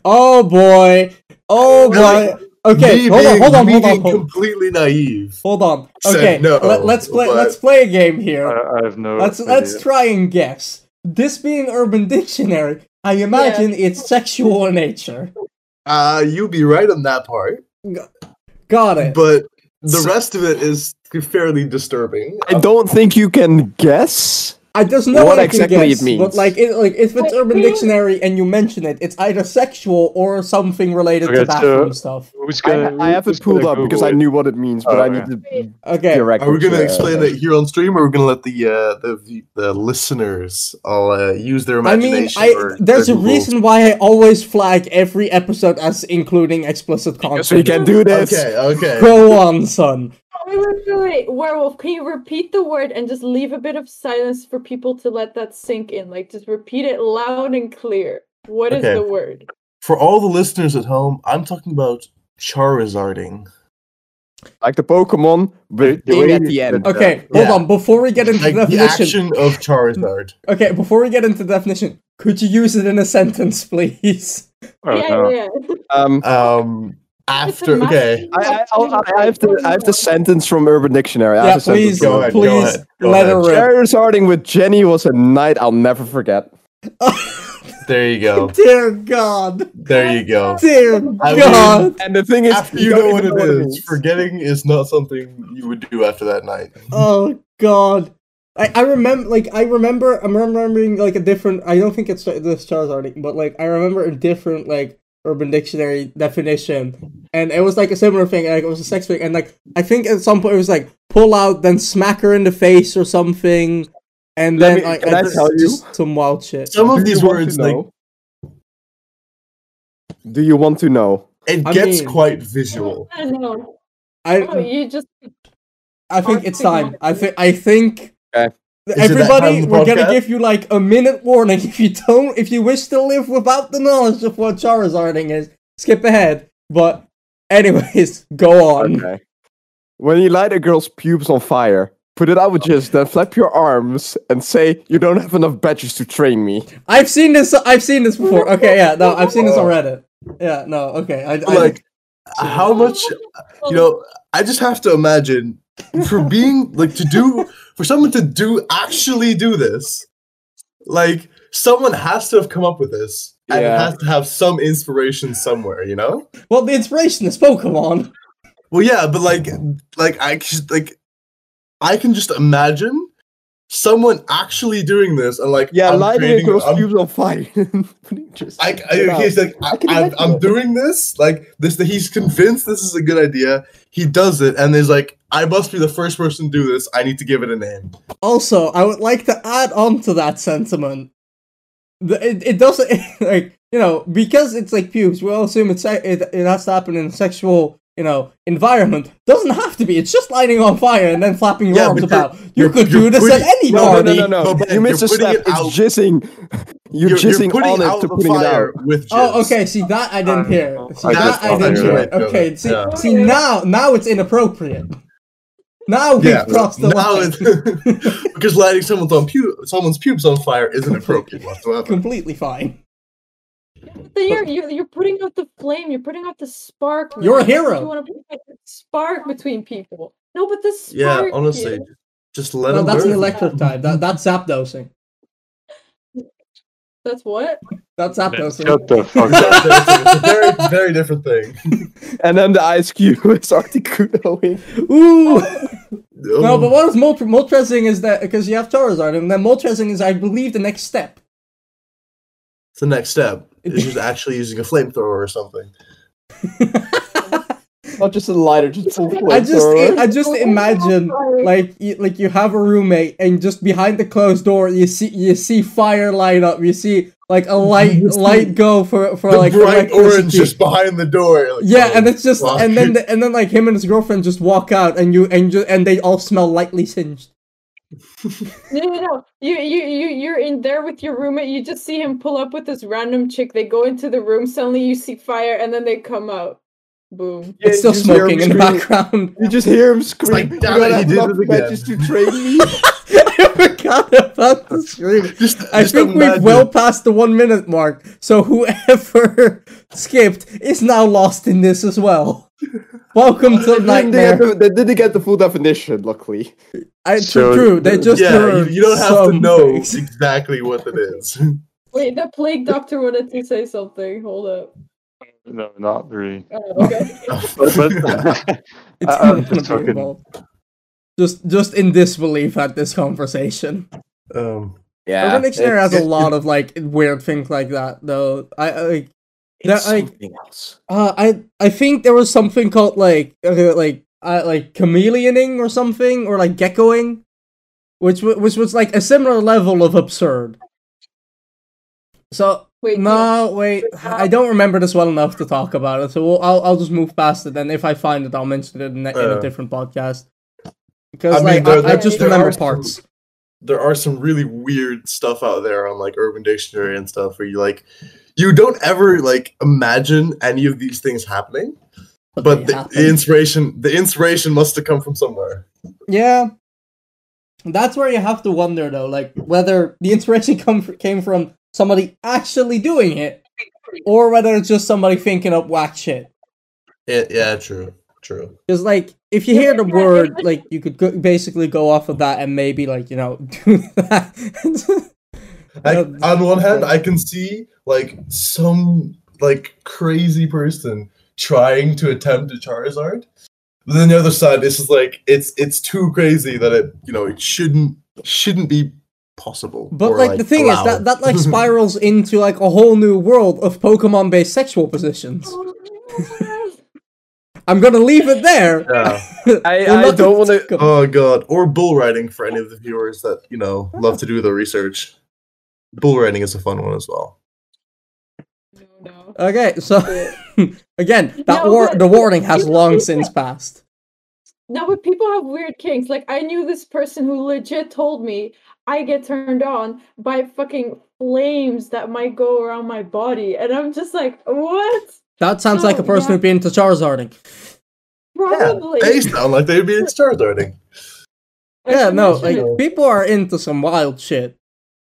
Speaker 1: oh boy, oh
Speaker 5: Like,
Speaker 1: boy. Okay,
Speaker 5: me
Speaker 1: hold on,
Speaker 5: being-
Speaker 1: hold on,
Speaker 5: me
Speaker 1: hold on,
Speaker 5: being
Speaker 1: hold on.
Speaker 5: completely naive.
Speaker 1: Hold on.
Speaker 5: said
Speaker 1: Okay,
Speaker 5: no,
Speaker 1: let, let's play.
Speaker 5: but-
Speaker 1: Let's play a game here.
Speaker 4: I, I have no.
Speaker 1: Let's
Speaker 4: idea.
Speaker 1: let's try and guess. This being Urban Dictionary, I imagine it's sexual in nature.
Speaker 5: Uh, you'd be right on that part,
Speaker 1: Got it.
Speaker 5: but the
Speaker 3: So-
Speaker 5: rest of it is fairly disturbing.
Speaker 3: I don't think you can guess.
Speaker 1: I just know
Speaker 3: What
Speaker 1: I can
Speaker 3: exactly it
Speaker 1: guess,
Speaker 3: means.
Speaker 1: But like, it, like if it's
Speaker 2: Wait,
Speaker 1: Urban
Speaker 2: really?
Speaker 1: Dictionary and you mention it, it's either sexual or something related
Speaker 4: Okay,
Speaker 1: to
Speaker 4: so-
Speaker 1: bathroom stuff.
Speaker 4: Who's
Speaker 3: I,
Speaker 4: gonna,
Speaker 3: I have
Speaker 4: who's
Speaker 3: it pulled
Speaker 4: gonna
Speaker 3: up because
Speaker 4: Google
Speaker 3: I
Speaker 4: it?
Speaker 3: knew what it means, but
Speaker 4: Oh,
Speaker 3: I need to
Speaker 2: Wait.
Speaker 1: Okay,
Speaker 3: direct.
Speaker 5: Are we
Speaker 3: it
Speaker 5: gonna
Speaker 3: to-
Speaker 5: explain it here on stream, or are we gonna let the uh, the the listeners all uh, use their
Speaker 1: I mean,
Speaker 5: imagination?
Speaker 1: I
Speaker 5: or
Speaker 1: there's
Speaker 5: their
Speaker 1: a
Speaker 5: Google?
Speaker 1: reason why I always flag every episode as including explicit
Speaker 3: Yes, we
Speaker 1: content.
Speaker 3: can do this.
Speaker 5: Okay, okay.
Speaker 1: Go on, son.
Speaker 2: Wait, wait, wait, wait, werewolf. Can you repeat the word and just leave a bit of silence for people to let that sink in? Like, just repeat it loud and clear. What is
Speaker 5: Okay.
Speaker 2: the word?
Speaker 5: For all the listeners at home, I'm talking about Charizarding.
Speaker 3: Like the Pokemon, but
Speaker 4: The
Speaker 3: thing
Speaker 4: way
Speaker 3: at
Speaker 4: you-
Speaker 3: the end.
Speaker 1: Okay,
Speaker 5: Yeah.
Speaker 1: hold on. Before we get into
Speaker 5: Like the
Speaker 1: definition,
Speaker 5: action of Charizard.
Speaker 1: okay, before we get into definition, could you use it in a sentence, please?
Speaker 4: Oh,
Speaker 2: yeah,
Speaker 4: no.
Speaker 2: yeah.
Speaker 3: Um,
Speaker 5: Um,
Speaker 2: It's a
Speaker 5: after
Speaker 2: massive
Speaker 5: okay,
Speaker 3: I, I, I'll- I, I have the I have the sentence from Urban Dictionary. I
Speaker 1: yeah,
Speaker 3: have the
Speaker 1: please,
Speaker 3: Sentence
Speaker 5: Go ahead,
Speaker 3: from
Speaker 5: go
Speaker 1: please
Speaker 5: ahead, go
Speaker 1: let
Speaker 5: ahead.
Speaker 1: her rip.
Speaker 3: Charizarding with Jenny was a night I'll never forget.
Speaker 5: there you go,
Speaker 1: Dear God,
Speaker 5: there you go.
Speaker 1: dear
Speaker 5: I
Speaker 1: God.
Speaker 3: And the thing is,
Speaker 5: After you know
Speaker 3: don't
Speaker 5: what
Speaker 3: even
Speaker 5: it is,
Speaker 3: means.
Speaker 5: forgetting is not something you would do after that night.
Speaker 1: Oh God. I, I remember like I remember I'm remembering like a different I don't think it's this Charizard but like I remember a different like Urban Dictionary definition and it was like a similar thing like it was a sex thing and like I think at some point it was like pull out, then smack her in the face or something, and
Speaker 3: Let
Speaker 1: then
Speaker 3: me-
Speaker 1: like
Speaker 3: can I
Speaker 1: just-
Speaker 3: tell you?
Speaker 1: just some wild shit.
Speaker 5: Some of
Speaker 3: Do you
Speaker 5: these
Speaker 3: want to
Speaker 5: words, like,
Speaker 3: know? Do you want to know?
Speaker 5: it
Speaker 1: I
Speaker 5: gets
Speaker 1: mean-
Speaker 5: quite visual.
Speaker 2: I know. Oh,
Speaker 1: I
Speaker 2: you just
Speaker 1: I think
Speaker 2: I
Speaker 1: it's
Speaker 2: think
Speaker 1: time.
Speaker 2: not.
Speaker 1: I think I think.
Speaker 3: Okay.
Speaker 5: Is it that time
Speaker 1: Everybody,
Speaker 5: of the
Speaker 1: we're gonna
Speaker 5: podcast?
Speaker 1: give you like a minute warning. If you don't, if you wish to live without the knowledge of what Charizarding is, skip ahead. But, anyways, go on.
Speaker 3: Okay. When you light a girl's pubes on fire, put it out with jizz, then flap your arms and say, You don't have enough badges to train me.
Speaker 1: I've seen this. I've seen this before. Okay, yeah, no, I've seen this on Reddit. Yeah, no, okay. I, I
Speaker 5: Like, how much you
Speaker 2: Oh.
Speaker 5: know i just have to imagine for being like to do for someone to do actually do this like someone has to have come up with this and it
Speaker 3: Yeah.
Speaker 5: has to have some inspiration somewhere you know
Speaker 1: well, the inspiration is Pokemon.
Speaker 5: well yeah but like like i just like i can just imagine someone actually doing this and like
Speaker 3: Yeah,
Speaker 5: I'm
Speaker 3: lighting a
Speaker 5: creating-
Speaker 3: girl's
Speaker 5: I'm-
Speaker 3: pubes on fire. Putting jizz.
Speaker 5: I, I,
Speaker 3: Yeah.
Speaker 5: he's like, I,
Speaker 3: I can
Speaker 5: I,
Speaker 3: imagine
Speaker 5: I'm
Speaker 3: it.
Speaker 5: doing this. Like this, he's convinced this is a good idea. He does it, and he's like, I must be the first person to do this. I need to give it a name.
Speaker 1: Also, I would like to add on to that sentiment. The, it, it doesn't like you know because it's like pubes. We all assume it's se- it, it has to happen in a sexual you know environment. Doesn't have to be. It's just lighting on fire and then flapping your
Speaker 5: Yeah,
Speaker 1: arms
Speaker 5: but you're-
Speaker 1: about. You
Speaker 5: you're-
Speaker 1: could do
Speaker 5: you're
Speaker 1: this at
Speaker 5: putting-
Speaker 1: any
Speaker 3: no, no,
Speaker 1: party.
Speaker 3: no, no,
Speaker 5: But
Speaker 3: no.
Speaker 5: Ben,
Speaker 3: You missed a
Speaker 5: you're putting
Speaker 3: step.
Speaker 5: it
Speaker 3: It's
Speaker 5: out.
Speaker 3: jizzing. You're, jizzing
Speaker 5: putting
Speaker 3: on it
Speaker 5: out
Speaker 3: to
Speaker 5: the
Speaker 3: putting it
Speaker 5: fire
Speaker 3: out.
Speaker 5: With
Speaker 1: Oh,
Speaker 5: jizz.
Speaker 1: okay. See that I didn't
Speaker 4: Um,
Speaker 1: hear. See
Speaker 4: I
Speaker 1: that
Speaker 4: just-
Speaker 1: I didn't
Speaker 4: I
Speaker 1: hear.
Speaker 5: don't know.
Speaker 1: Okay. See,
Speaker 5: Yeah.
Speaker 1: see now, now it's inappropriate. Now we've
Speaker 5: Yeah,
Speaker 1: crossed the
Speaker 5: now
Speaker 1: line.
Speaker 5: it- because lighting someone's on pu- someone's pubes on fire isn't appropriate whatsoever.
Speaker 1: Completely fine.
Speaker 2: Then you're, you're you're putting out the flame. You're putting out the spark.
Speaker 1: You're a
Speaker 2: man.
Speaker 1: hero.
Speaker 2: You want to put that spark between people. No, but the
Speaker 5: Yeah,
Speaker 2: spark.
Speaker 5: honestly,
Speaker 2: here.
Speaker 5: just let
Speaker 1: No,
Speaker 5: him
Speaker 1: that's
Speaker 5: burn.
Speaker 1: an electric type. That, that's zap dosing.
Speaker 2: That's what.
Speaker 1: That's zap dosing.
Speaker 4: Shut the fuck up.
Speaker 5: it's a very, very different thing.
Speaker 3: And then the ice cube is Articunoing.
Speaker 1: Ooh. No,
Speaker 5: Oh,
Speaker 1: but what is Molt- Moltres is that because you have Charizard, and then Moltres is, I believe, the next step.
Speaker 5: it's the next step. It's just actually using a flamethrower or something.
Speaker 3: Not just a lighter, just full
Speaker 1: I just,
Speaker 3: flamethrower.
Speaker 1: I just imagine like you, like you have a roommate and just behind the closed door you see you see fire light up you see like a light
Speaker 5: You see
Speaker 1: light go for for
Speaker 5: the
Speaker 1: like
Speaker 5: bright orange
Speaker 1: electricity.
Speaker 5: just behind the door. like,
Speaker 1: yeah
Speaker 5: oh,
Speaker 1: and it's just
Speaker 5: fuck.
Speaker 1: and then the, and then like him and his girlfriend just walk out and you and you and they all smell lightly singed
Speaker 2: No, no, no. You, you, you, you're in there with your roommate. You just see him pull up with this random chick. They go into the room. Suddenly, you see fire, and then they come out. Boom.
Speaker 3: Yeah,
Speaker 1: it's still
Speaker 3: you just hear
Speaker 1: smoking
Speaker 3: him
Speaker 1: in the
Speaker 3: scream-
Speaker 1: background
Speaker 3: You just hear him scream.
Speaker 5: like,
Speaker 3: you
Speaker 5: damn
Speaker 3: don't
Speaker 5: it, he
Speaker 3: have
Speaker 5: did
Speaker 3: enough
Speaker 5: it again."
Speaker 3: badges to train me.
Speaker 1: I forgot about the scream
Speaker 5: just,
Speaker 1: I
Speaker 5: just
Speaker 1: think we've
Speaker 5: imagine-
Speaker 1: well past the one minute mark so whoever skipped is now lost in this as well welcome to
Speaker 3: They didn't
Speaker 1: nightmare
Speaker 3: get the- they didn't get the full definition, luckily.
Speaker 1: I,
Speaker 4: So-
Speaker 1: true, true. They just
Speaker 5: Yeah, you,
Speaker 1: learned
Speaker 5: you don't have to
Speaker 1: some
Speaker 5: know
Speaker 1: things.
Speaker 5: exactly what it is.
Speaker 2: Wait, the plague doctor wanted to say something. Hold up.
Speaker 4: No, not really.
Speaker 2: Oh, okay.
Speaker 4: But,
Speaker 5: uh,
Speaker 1: It's
Speaker 4: I- I'm
Speaker 1: not
Speaker 4: just
Speaker 1: gonna be
Speaker 4: fucking-
Speaker 1: involved. Just, just in disbelief at this convection.
Speaker 5: um,
Speaker 3: Yeah.
Speaker 1: Urban Dictionary has a
Speaker 3: it's-
Speaker 1: lot of like weird things like that, though. I, I like,
Speaker 3: it's
Speaker 1: that, like-
Speaker 3: something else.
Speaker 1: uh, I, I think there was something called like, uh, like, uh, like chameleoning or something, or like geckoing, which, wa- which was like a similar level of absurd. So
Speaker 2: Wait.
Speaker 1: no, wait. I don't remember this well enough to talk about it, so we'll, I'll I'll just move past it. And if I find it, I'll mention it in a, in a
Speaker 5: Uh.
Speaker 1: different podcast. Because
Speaker 5: I mean,
Speaker 1: like
Speaker 5: there-
Speaker 1: I, I
Speaker 2: there-
Speaker 1: just
Speaker 2: there
Speaker 1: remember
Speaker 5: are some-
Speaker 1: parts.
Speaker 5: there are some really weird stuff out there on like Urban Dictionary and stuff where you like you don't ever like imagine any of these things happening, but
Speaker 1: they
Speaker 5: the,
Speaker 1: happen.
Speaker 5: the inspiration the inspiration must have come from somewhere.
Speaker 1: yeah, that's where you have to wonder though, like whether the inspiration come fr- came from somebody actually doing it, or whether it's just somebody thinking up whack shit.
Speaker 5: Yeah, yeah, true, true.
Speaker 1: Because like if you
Speaker 2: Yeah,
Speaker 1: hear the
Speaker 2: yeah, yeah.
Speaker 1: word, like you could go- basically go off of that and maybe like you know do that.
Speaker 5: I,
Speaker 1: Um,
Speaker 5: on one hand, I can see like some like crazy person trying to attempt a Charizard. But then the other side, this is like it's it's too crazy that it you know it shouldn't shouldn't be possible.
Speaker 1: But
Speaker 5: or,
Speaker 1: like, the thing is that
Speaker 5: allowed.
Speaker 1: that like spirals into like a whole new world of Pokemon based sexual positions. I'm gonna leave it there.
Speaker 3: I,
Speaker 1: Well,
Speaker 3: I
Speaker 1: not
Speaker 3: don't
Speaker 1: to-
Speaker 3: want to.
Speaker 5: Oh god, or bull riding for any of the viewers that you know love to do the research. Bull riding is a fun one as well.
Speaker 2: No, no.
Speaker 1: Okay, so again, that
Speaker 2: No,
Speaker 1: war-
Speaker 2: but-
Speaker 1: the warning has
Speaker 2: you-
Speaker 1: long
Speaker 2: you-
Speaker 1: since passed.
Speaker 2: No, but people have weird kinks. Like I knew this person who legit told me I get turned on by fucking flames that might go around my body, and I'm just like, what?
Speaker 1: That sounds like a
Speaker 2: Oh,
Speaker 1: person
Speaker 2: yeah.
Speaker 1: who'd be into Charizarding.
Speaker 2: Probably.
Speaker 5: They sound like they'd be in Star Darting.
Speaker 2: I
Speaker 1: yeah,
Speaker 2: shouldn't
Speaker 1: no,
Speaker 2: have said
Speaker 1: like
Speaker 2: it.
Speaker 1: people are into some wild shit.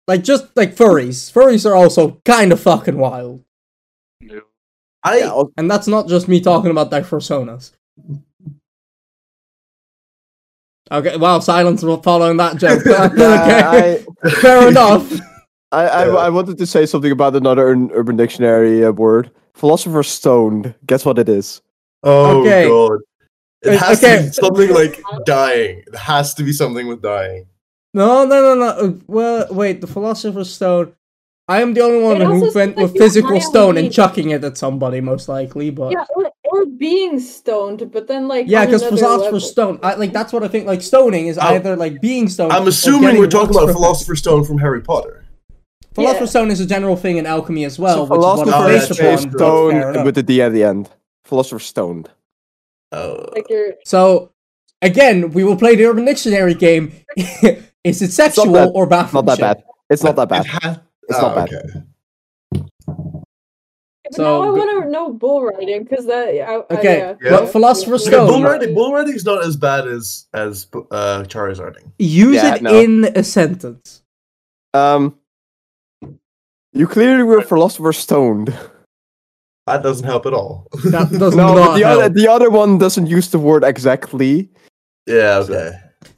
Speaker 1: Like just like furries. Furries are also kind of fucking wild,
Speaker 4: No.
Speaker 5: I
Speaker 3: Yeah, I'll-
Speaker 1: and that's not just me talking about their personas. Okay, wow, silence wa- following that joke. okay,
Speaker 3: I,
Speaker 1: fair enough.
Speaker 3: I, I,
Speaker 5: Yeah.
Speaker 3: I wanted to say something about another Ur- Urban Dictionary uh, word. Philosopher's stoned. Guess what it is?
Speaker 5: oh
Speaker 1: Okay.
Speaker 5: god, it
Speaker 1: Uh,
Speaker 5: has to
Speaker 1: okay.
Speaker 5: be something like dying. It has to be something with dying.
Speaker 1: No, no, no, no. uh, Well, wait, the Philosopher's Stone. I am the only one
Speaker 2: It also
Speaker 1: who
Speaker 2: sounds
Speaker 1: went
Speaker 2: like
Speaker 1: with
Speaker 2: you
Speaker 1: physical
Speaker 2: highly
Speaker 1: stone and
Speaker 2: need-
Speaker 1: chucking it at somebody, most likely, but.
Speaker 2: Yeah, or, or being stoned, but then like
Speaker 1: Yeah,
Speaker 2: on
Speaker 1: because
Speaker 2: another level.
Speaker 1: philosopher's stone, I, like that's what I think. Like stoning is
Speaker 5: I'm-
Speaker 1: either like being stoned.
Speaker 5: I'm
Speaker 1: or
Speaker 5: assuming
Speaker 1: Oh, getting
Speaker 5: we're talking
Speaker 1: rocks
Speaker 5: about
Speaker 1: from-
Speaker 5: Philosopher's Stone from Harry Potter.
Speaker 1: Philosopher's
Speaker 2: Yeah.
Speaker 1: stone is a general thing in alchemy as well, which is what
Speaker 5: philosopher
Speaker 1: it's
Speaker 5: is
Speaker 1: based upon.
Speaker 5: based on-
Speaker 1: but fair
Speaker 3: stoned
Speaker 1: enough.
Speaker 3: with the D at the end. Philosopher's stoned.
Speaker 5: Oh,
Speaker 2: like you're
Speaker 1: So again, we will play the Urban Dictionary game. is it sexual
Speaker 3: that-
Speaker 1: or bathroom?
Speaker 3: Not
Speaker 1: shit?
Speaker 3: that bad. It's not that bad.
Speaker 5: It ha-
Speaker 3: It's not
Speaker 5: Ah,
Speaker 3: bad.
Speaker 5: okay.
Speaker 2: But
Speaker 1: So,
Speaker 2: now I
Speaker 1: go-
Speaker 2: want to know bull riding because that I,
Speaker 1: Okay,
Speaker 2: I, yeah.
Speaker 5: Yeah. but
Speaker 1: Philosopher's
Speaker 5: Okay,
Speaker 1: Stone-
Speaker 5: bull riding. Bull riding is not as bad as as uh, Charizarding.
Speaker 1: Use
Speaker 3: Yeah,
Speaker 1: it
Speaker 3: no.
Speaker 1: in a sentence.
Speaker 3: Um, you clearly were philosopher's stoned.
Speaker 5: That doesn't help at all.
Speaker 1: That does
Speaker 3: No, but
Speaker 1: not
Speaker 3: the other
Speaker 1: help.
Speaker 3: the other one doesn't use the word exactly.
Speaker 5: yeah. Okay.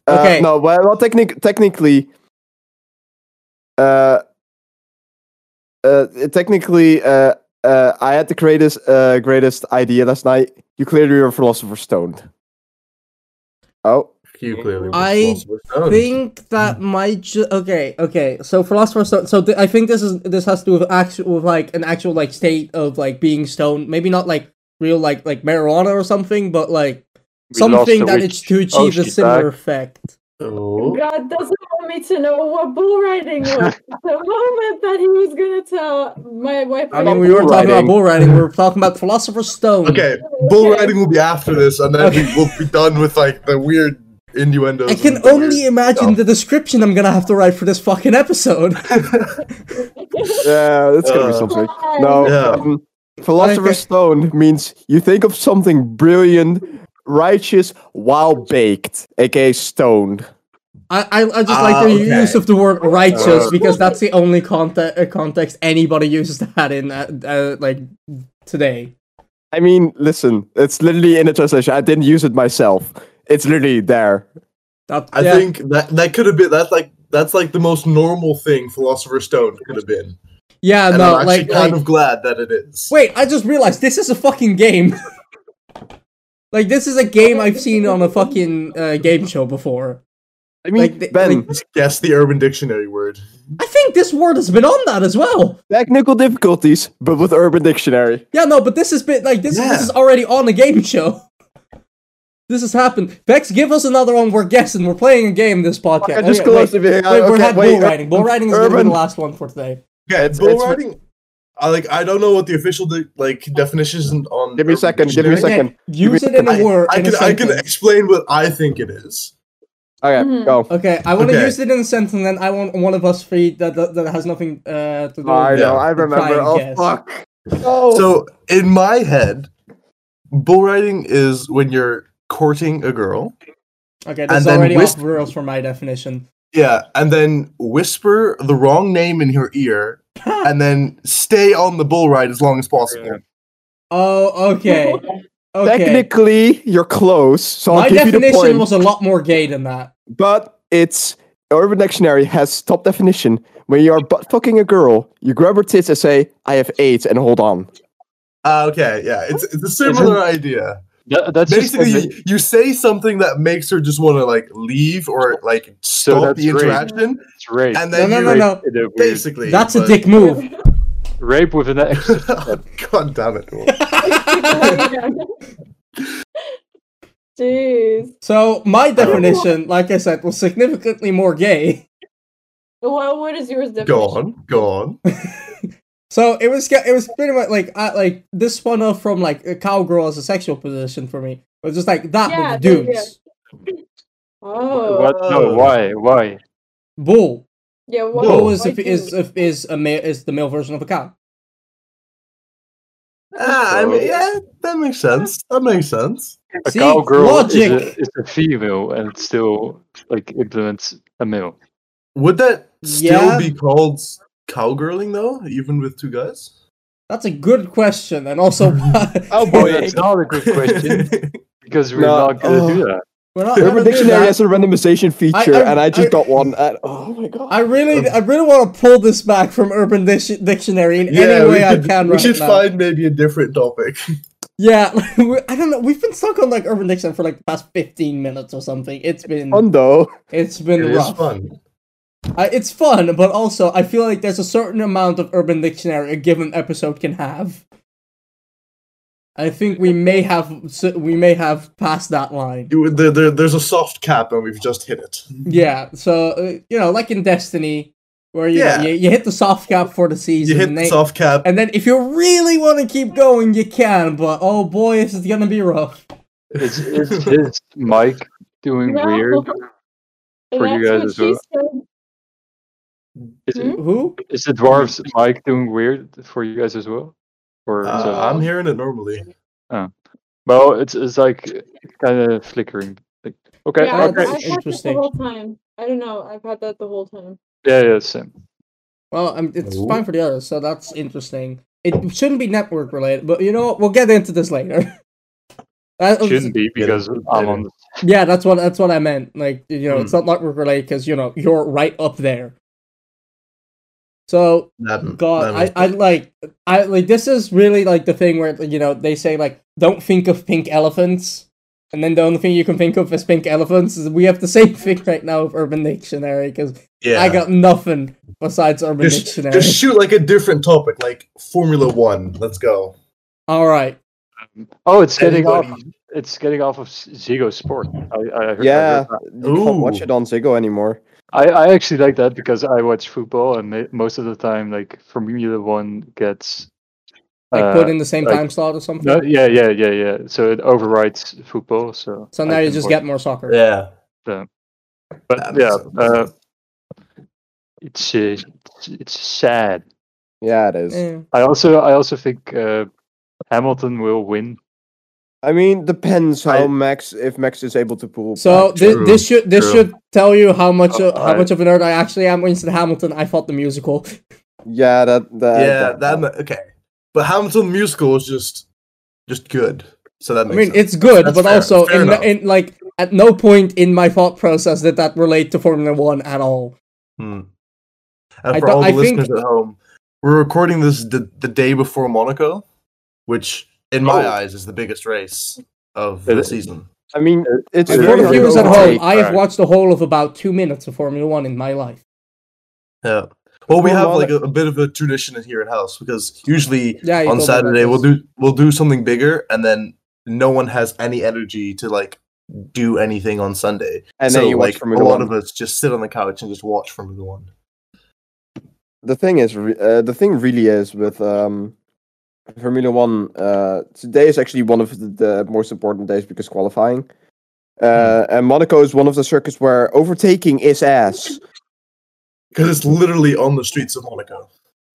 Speaker 3: Uh,
Speaker 1: Okay.
Speaker 3: No, well, well technic- technically, uh, uh, technically, uh, uh, I had the greatest, uh, greatest idea last night. You clearly were philosopher's stoned. Oh,
Speaker 5: You clearly. were
Speaker 1: I
Speaker 5: Philosopher's Stone.
Speaker 4: Mm.
Speaker 1: think that might ju- okay okay so philosopher's stone so th- i think this is this has to do with actual with like an actual like state of like being stoned maybe not like real like like marijuana or something but like
Speaker 4: We lost
Speaker 1: something
Speaker 4: the
Speaker 1: that
Speaker 4: witch.
Speaker 1: it's to achieve
Speaker 4: Oh,
Speaker 1: a
Speaker 4: she's
Speaker 1: similar
Speaker 4: back.
Speaker 1: effect
Speaker 5: Oh.
Speaker 2: God doesn't want me to know what bull riding was. the moment that he was gonna tell my wife,
Speaker 1: i mean we were talking about
Speaker 3: riding.
Speaker 1: bull riding we were talking about philosopher's stone
Speaker 5: Okay, bull
Speaker 2: Okay.
Speaker 5: riding will be after this, and then
Speaker 1: Okay.
Speaker 5: we will be done with like the weird innuendos.
Speaker 1: i can
Speaker 5: and the
Speaker 1: only
Speaker 5: weird-
Speaker 1: imagine
Speaker 5: Yeah.
Speaker 1: the description i'm gonna have to write for this fucking episode
Speaker 3: yeah, that's gonna be
Speaker 5: Uh,
Speaker 3: something. No,
Speaker 5: Yeah.
Speaker 3: um, philosopher's
Speaker 1: Okay.
Speaker 3: stone means you think of something brilliant, righteous, while baked, aka stoned.
Speaker 1: I, I, I just like
Speaker 5: Ah,
Speaker 1: the
Speaker 5: okay.
Speaker 1: use of the word righteous
Speaker 5: Uh.
Speaker 1: because that's the only context uh, context anybody uses that in uh, uh, like today.
Speaker 3: I mean, listen, it's literally in the translation. I didn't use it myself. It's literally there.
Speaker 1: That,
Speaker 5: I
Speaker 1: yeah,
Speaker 5: think that that could have been that's like that's like the most normal thing Philosopher's Stone could have been,
Speaker 1: yeah,
Speaker 5: and
Speaker 1: no,
Speaker 5: I'm
Speaker 1: like,
Speaker 5: actually kind
Speaker 1: like-
Speaker 5: of glad that it is.
Speaker 1: wait, I just realized this is a fucking game. like this is a game I've seen on a fucking uh, game show before.
Speaker 3: I mean,
Speaker 1: Like the-
Speaker 3: Ben,
Speaker 5: Guess the Urban Dictionary word.
Speaker 1: I think this word has been on that as well.
Speaker 3: technical difficulties, but with Urban Dictionary.
Speaker 1: Yeah, no, but this has been like this.
Speaker 5: Yeah.
Speaker 1: This is already on a game show. This has happened. Bex, give us another one. We're guessing. We're playing a game this podcast.
Speaker 3: I
Speaker 1: Oh,
Speaker 3: just
Speaker 1: yeah, wait.
Speaker 3: closed the video.
Speaker 1: Wait, we're
Speaker 3: okay,
Speaker 1: not
Speaker 3: wait, uh,
Speaker 1: bull riding. Bull riding is gonna be
Speaker 3: Urban-
Speaker 1: the last one for today.
Speaker 5: Yeah,
Speaker 3: It's-
Speaker 5: bull
Speaker 3: it's-
Speaker 5: riding. I like. I don't know what the official de- like definition isn't on.
Speaker 3: Give me a
Speaker 5: Urban
Speaker 3: second, give me a
Speaker 5: Dictionary.
Speaker 3: second.
Speaker 1: Again, use it in
Speaker 5: I,
Speaker 1: a word.
Speaker 5: I
Speaker 1: in a
Speaker 5: can I can
Speaker 1: sentence.
Speaker 5: explain what I think it is.
Speaker 3: Okay,
Speaker 2: Mhm.
Speaker 3: go.
Speaker 1: Okay, I want to
Speaker 5: Okay.
Speaker 1: use it in a sentence, and then I want one of us three that that, that has nothing uh, to do.
Speaker 3: I
Speaker 1: with
Speaker 3: know,
Speaker 5: Yeah.
Speaker 3: I remember.
Speaker 1: and
Speaker 3: Oh,
Speaker 1: guess.
Speaker 3: fuck.
Speaker 1: Oh.
Speaker 3: No.
Speaker 5: So in my head, bull riding is when you're courting a girl.
Speaker 1: Okay, that's
Speaker 5: And then
Speaker 1: already off
Speaker 5: whisper-
Speaker 1: the rails for my definition.
Speaker 5: Yeah, and then whisper the wrong name in her ear, and then stay on the bull ride as long as possible.
Speaker 1: Oh, okay, okay.
Speaker 3: Technically, you're close, so
Speaker 1: my
Speaker 3: I'll give you the
Speaker 1: definition
Speaker 3: point.
Speaker 1: was a lot more gay than that.
Speaker 3: But it's Urban Dictionary has top definition. When you are butt fucking a girl, you grab her tits and say, "I have AIDS," and hold on.
Speaker 5: Ah, okay, yeah, it's it's a similar idea.
Speaker 4: That, that's just
Speaker 5: Basically,
Speaker 4: ama-
Speaker 5: you, you say something that makes her just want to like leave or like stop
Speaker 4: that's
Speaker 5: the
Speaker 4: rape.
Speaker 5: interaction,
Speaker 4: it's rape.
Speaker 5: and then
Speaker 1: No, no,
Speaker 5: you
Speaker 1: no,
Speaker 4: Rape in a weird-
Speaker 5: basically
Speaker 1: That's a
Speaker 5: but-
Speaker 1: dick move.
Speaker 4: Rape with an X.
Speaker 5: God damn it! Will.
Speaker 2: Yeah. Jeez.
Speaker 1: So my definition, like I said, was significantly more gay.
Speaker 2: What, what is yours definition?
Speaker 5: Go on, go on.
Speaker 1: So it was it was pretty much like I, like this spun off from like a cowgirl as a sexual position for me. It was just like that
Speaker 2: Yeah,
Speaker 1: with
Speaker 2: there you go.
Speaker 1: dudes.
Speaker 2: Oh.
Speaker 4: What? No, why? Why?
Speaker 1: Bull.
Speaker 2: Yeah, what,
Speaker 5: Whoa.
Speaker 1: Bull
Speaker 5: Whoa.
Speaker 1: is if, is uh, if, is a male is the male version of a cow.
Speaker 5: Ah, I mean, yeah, that makes sense. That makes sense.
Speaker 4: A
Speaker 1: See?
Speaker 4: cowgirl
Speaker 1: Logic.
Speaker 4: Is, a, is a female and it still like implements a male.
Speaker 5: Would that still
Speaker 1: Yeah.
Speaker 5: be called cowgirling though, even with two guys?
Speaker 1: That's a good question, and also
Speaker 3: Oh,
Speaker 4: Well,
Speaker 3: boy.
Speaker 4: that's not a good question because we're
Speaker 3: No,
Speaker 4: not gonna do that.
Speaker 1: we're not
Speaker 3: Urban
Speaker 1: gonna do
Speaker 3: Dictionary
Speaker 1: that.
Speaker 3: has a randomization feature,
Speaker 1: I-
Speaker 3: and I just
Speaker 1: I-
Speaker 3: got one. And, oh my god!
Speaker 1: I really, I really want to pull this back from Urban Dic- Dictionary in any way
Speaker 5: we
Speaker 1: I
Speaker 5: could-
Speaker 1: can
Speaker 5: We
Speaker 1: right
Speaker 5: should
Speaker 1: now.
Speaker 5: find maybe a different topic.
Speaker 1: Yeah, like, we- I don't know. We've been stuck on like Urban Dictionary for like the past fifteen minutes or something. It's been,
Speaker 3: Fun though.
Speaker 1: it's
Speaker 5: It
Speaker 1: been
Speaker 5: is
Speaker 1: rough.
Speaker 5: fun.
Speaker 1: I, it's fun, but also I feel like there's a certain amount of Urban Dictionary a given episode can have. I think we may have s- we may have passed that line.
Speaker 5: You, there, there, there's a soft cap, and we've just hit it.
Speaker 1: Yeah, so uh, you know, like in Destiny, where you,
Speaker 5: Yeah.
Speaker 1: you you hit the soft cap for the
Speaker 5: You
Speaker 1: season,
Speaker 5: hit
Speaker 1: and,
Speaker 5: the
Speaker 1: they-
Speaker 5: soft cap.
Speaker 1: and then if you really want to keep going, you can. But oh boy, this is gonna be rough.
Speaker 4: Is is his mic doing
Speaker 2: No.
Speaker 4: weird?
Speaker 2: And
Speaker 4: for you
Speaker 2: that's
Speaker 4: guys
Speaker 2: what
Speaker 4: as
Speaker 2: she
Speaker 4: well.
Speaker 2: said.
Speaker 4: Is,
Speaker 2: Hmm?
Speaker 4: it
Speaker 1: Who?
Speaker 4: is the dwarf's mic doing weird for you guys as well? Or is
Speaker 5: Uh,
Speaker 4: it-
Speaker 5: I'm hearing it normally.
Speaker 4: well, it's it's like kind of flickering. Like, okay,
Speaker 2: Yeah,
Speaker 1: that's
Speaker 4: okay,
Speaker 2: I've had this the
Speaker 1: interesting.
Speaker 2: whole time. I don't know. I've had that the whole time.
Speaker 4: yeah, yeah, same.
Speaker 1: Well, um, it's
Speaker 5: Who?
Speaker 1: fine for the others, so that's interesting. It shouldn't be network related, but you know what? We'll get into this later. That was-
Speaker 4: Shouldn't be because
Speaker 5: it's
Speaker 4: I'm
Speaker 5: better.
Speaker 4: on. The,
Speaker 1: yeah, that's what that's what I meant. Like you know, it's
Speaker 5: Hmm.
Speaker 1: not network related because you know you're right up there. So
Speaker 5: That,
Speaker 1: God,
Speaker 5: that makes-
Speaker 1: I, I like I like this is really like the thing where you know they say like don't think of pink elephants, and then the only thing you can think of is pink elephants. Is we have the same thing right now with Urban Dictionary because
Speaker 5: yeah.
Speaker 1: I got nothing besides Urban
Speaker 5: just,
Speaker 1: Dictionary.
Speaker 5: just shoot like a different topic, like Formula One. Let's go.
Speaker 1: All right,
Speaker 4: oh, it's getting off.
Speaker 5: Anybody-
Speaker 4: It's getting off of S- Zigo Sport. I I, heard, I,
Speaker 3: Yeah,
Speaker 4: heard that.
Speaker 3: you can't watch
Speaker 5: Ooh.
Speaker 3: it on Ziggo anymore.
Speaker 4: I, I actually like that because I watch football and ma- most of the time, like Formula One gets.
Speaker 1: like
Speaker 4: uh,
Speaker 1: put in the same
Speaker 4: like-
Speaker 1: time slot or something.
Speaker 4: no, yeah, yeah, yeah, yeah. So it overrides football. So
Speaker 1: so
Speaker 4: I
Speaker 1: now you
Speaker 4: can
Speaker 1: just
Speaker 4: watch
Speaker 1: get more soccer.
Speaker 5: Yeah. That
Speaker 4: But
Speaker 5: makes
Speaker 4: yeah,
Speaker 5: sense.
Speaker 4: uh, it's uh, it's- it's sad.
Speaker 3: Yeah, it is.
Speaker 1: Yeah.
Speaker 4: I also I also think uh, Hamilton will win.
Speaker 3: I mean, depends how
Speaker 4: I-
Speaker 3: Max if Max is able to pull.
Speaker 1: So
Speaker 3: back.
Speaker 1: thi-
Speaker 5: True,
Speaker 1: this should this
Speaker 5: true.
Speaker 1: should tell you how much uh, how
Speaker 4: Oh, I-
Speaker 1: much of a nerd I actually am. Winston Hamilton, I thought the musical.
Speaker 3: yeah, that, that
Speaker 5: yeah,
Speaker 3: that-
Speaker 5: that ma- okay. But Hamilton musical was just just good. So that
Speaker 1: I
Speaker 5: makes
Speaker 1: mean,
Speaker 5: sense.
Speaker 1: it's good,
Speaker 5: That's
Speaker 1: but
Speaker 5: fair.
Speaker 1: also
Speaker 5: Fair
Speaker 1: in,
Speaker 5: enough.
Speaker 1: in like at no point in my thought process did that relate to Formula One at all.
Speaker 5: Hmm. And
Speaker 1: I
Speaker 5: for
Speaker 1: don't-
Speaker 5: all the
Speaker 1: I think-
Speaker 5: listeners at home, we're recording this the, the day before Monaco, which in my
Speaker 4: Oh.
Speaker 5: eyes is the biggest race of
Speaker 4: It
Speaker 5: the
Speaker 4: is.
Speaker 5: season.
Speaker 3: I mean, it's
Speaker 1: And
Speaker 4: Yeah,
Speaker 1: for
Speaker 3: very
Speaker 1: the
Speaker 4: yeah,
Speaker 1: viewers
Speaker 4: yeah.
Speaker 1: at
Speaker 3: hard to
Speaker 1: home,
Speaker 3: take.
Speaker 1: I have
Speaker 4: Right.
Speaker 1: watched a whole of about two minutes of Formula One in my life.
Speaker 5: Yeah. Well, we
Speaker 3: Well,
Speaker 5: have
Speaker 3: well,
Speaker 5: like a, a bit of a tradition in here at house because usually
Speaker 1: Yeah, you told
Speaker 5: on
Speaker 1: me about
Speaker 5: Saturday
Speaker 1: this.
Speaker 5: we'll do we'll do something bigger, and then no one has any energy to like do anything on Sunday.
Speaker 3: and
Speaker 5: so,
Speaker 3: then you watch
Speaker 5: like,
Speaker 3: Formula
Speaker 5: a lot
Speaker 3: One.
Speaker 5: of us just sit on the couch and just watch Formula One.
Speaker 3: the thing is, re- uh, the thing really is with um, Formula One. Uh, today is actually one of the, the most important days because qualifying, uh,
Speaker 5: Hmm.
Speaker 3: and Monaco is one of the circuits where overtaking is ass.
Speaker 5: Because it's literally on the streets of Monaco.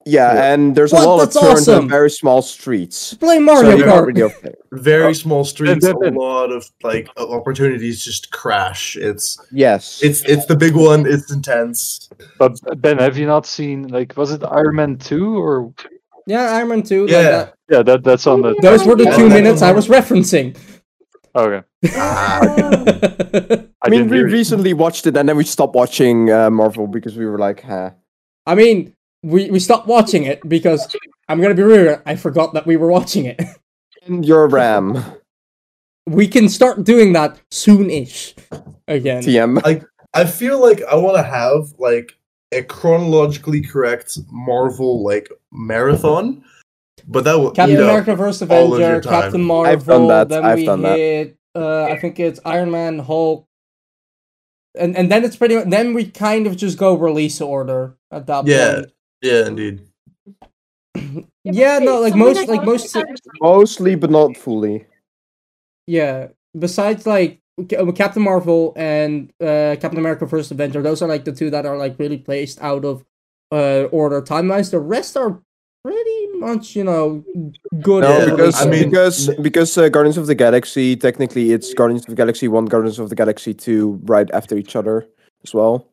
Speaker 3: Yeah,
Speaker 5: Yeah.
Speaker 3: and there's
Speaker 1: What?
Speaker 3: a lot
Speaker 1: That's
Speaker 3: of turns
Speaker 1: awesome.
Speaker 3: and very small streets.
Speaker 1: Play
Speaker 3: So
Speaker 1: Mario
Speaker 3: you can't
Speaker 1: Kart.
Speaker 3: really overtake.
Speaker 5: Very small streets,
Speaker 4: then-
Speaker 5: a
Speaker 4: then-
Speaker 5: lot of like o- opportunities just crash. It's
Speaker 3: Yes.
Speaker 5: it's it's the big one. It's intense.
Speaker 4: But Ben, have you not seen like was it Iron Man two or
Speaker 1: Yeah, Iron Man Two. Like
Speaker 5: Yeah.
Speaker 1: that.
Speaker 4: yeah that that's on the
Speaker 1: Those were the
Speaker 2: Yeah,
Speaker 1: two
Speaker 5: that's
Speaker 1: minutes I
Speaker 5: one.
Speaker 1: was referencing.
Speaker 4: okay.
Speaker 5: Ah,
Speaker 2: Oh,
Speaker 4: I,
Speaker 3: I mean,
Speaker 4: didn't
Speaker 3: we
Speaker 4: hear it.
Speaker 3: recently watched it, and then we stopped watching uh, Marvel because we were like, huh.
Speaker 1: I mean, we we stopped watching it because I'm gonna be real. I forgot that we were watching it.
Speaker 3: "And You're Ram,
Speaker 1: We can start doing that soon-ish. Again,
Speaker 3: TM.
Speaker 5: I feel like I want to have like a chronologically correct Marvel like marathon But that will
Speaker 1: Captain
Speaker 5: eat up
Speaker 1: America vs.
Speaker 5: all of your
Speaker 1: Avenger,
Speaker 5: time.
Speaker 1: Captain
Speaker 5: I've
Speaker 1: Marvel.
Speaker 3: done that,
Speaker 1: Then
Speaker 3: I've
Speaker 1: we
Speaker 3: done that.
Speaker 1: hit, uh, I think it's Iron Man, Hulk, and and then it's pretty. Much, then we kind of just go release order at that
Speaker 5: Yeah.
Speaker 1: point.
Speaker 5: Yeah, indeed.
Speaker 1: Yeah, no, like most- like most-
Speaker 3: Mostly, but not fully.
Speaker 1: Yeah. Besides, like Ca- uh, Captain Marvel and uh, Captain America: First Avenger, those are like the two that are like really placed out of uh, order timelines. The rest are pretty much, you know, good.
Speaker 3: No,
Speaker 5: Yeah,
Speaker 1: at
Speaker 3: because
Speaker 1: release
Speaker 5: I mean-
Speaker 1: order.
Speaker 3: because because uh, Guardians of the Galaxy technically it's Guardians of the Galaxy one, Guardians of the Galaxy two, right after each other as well.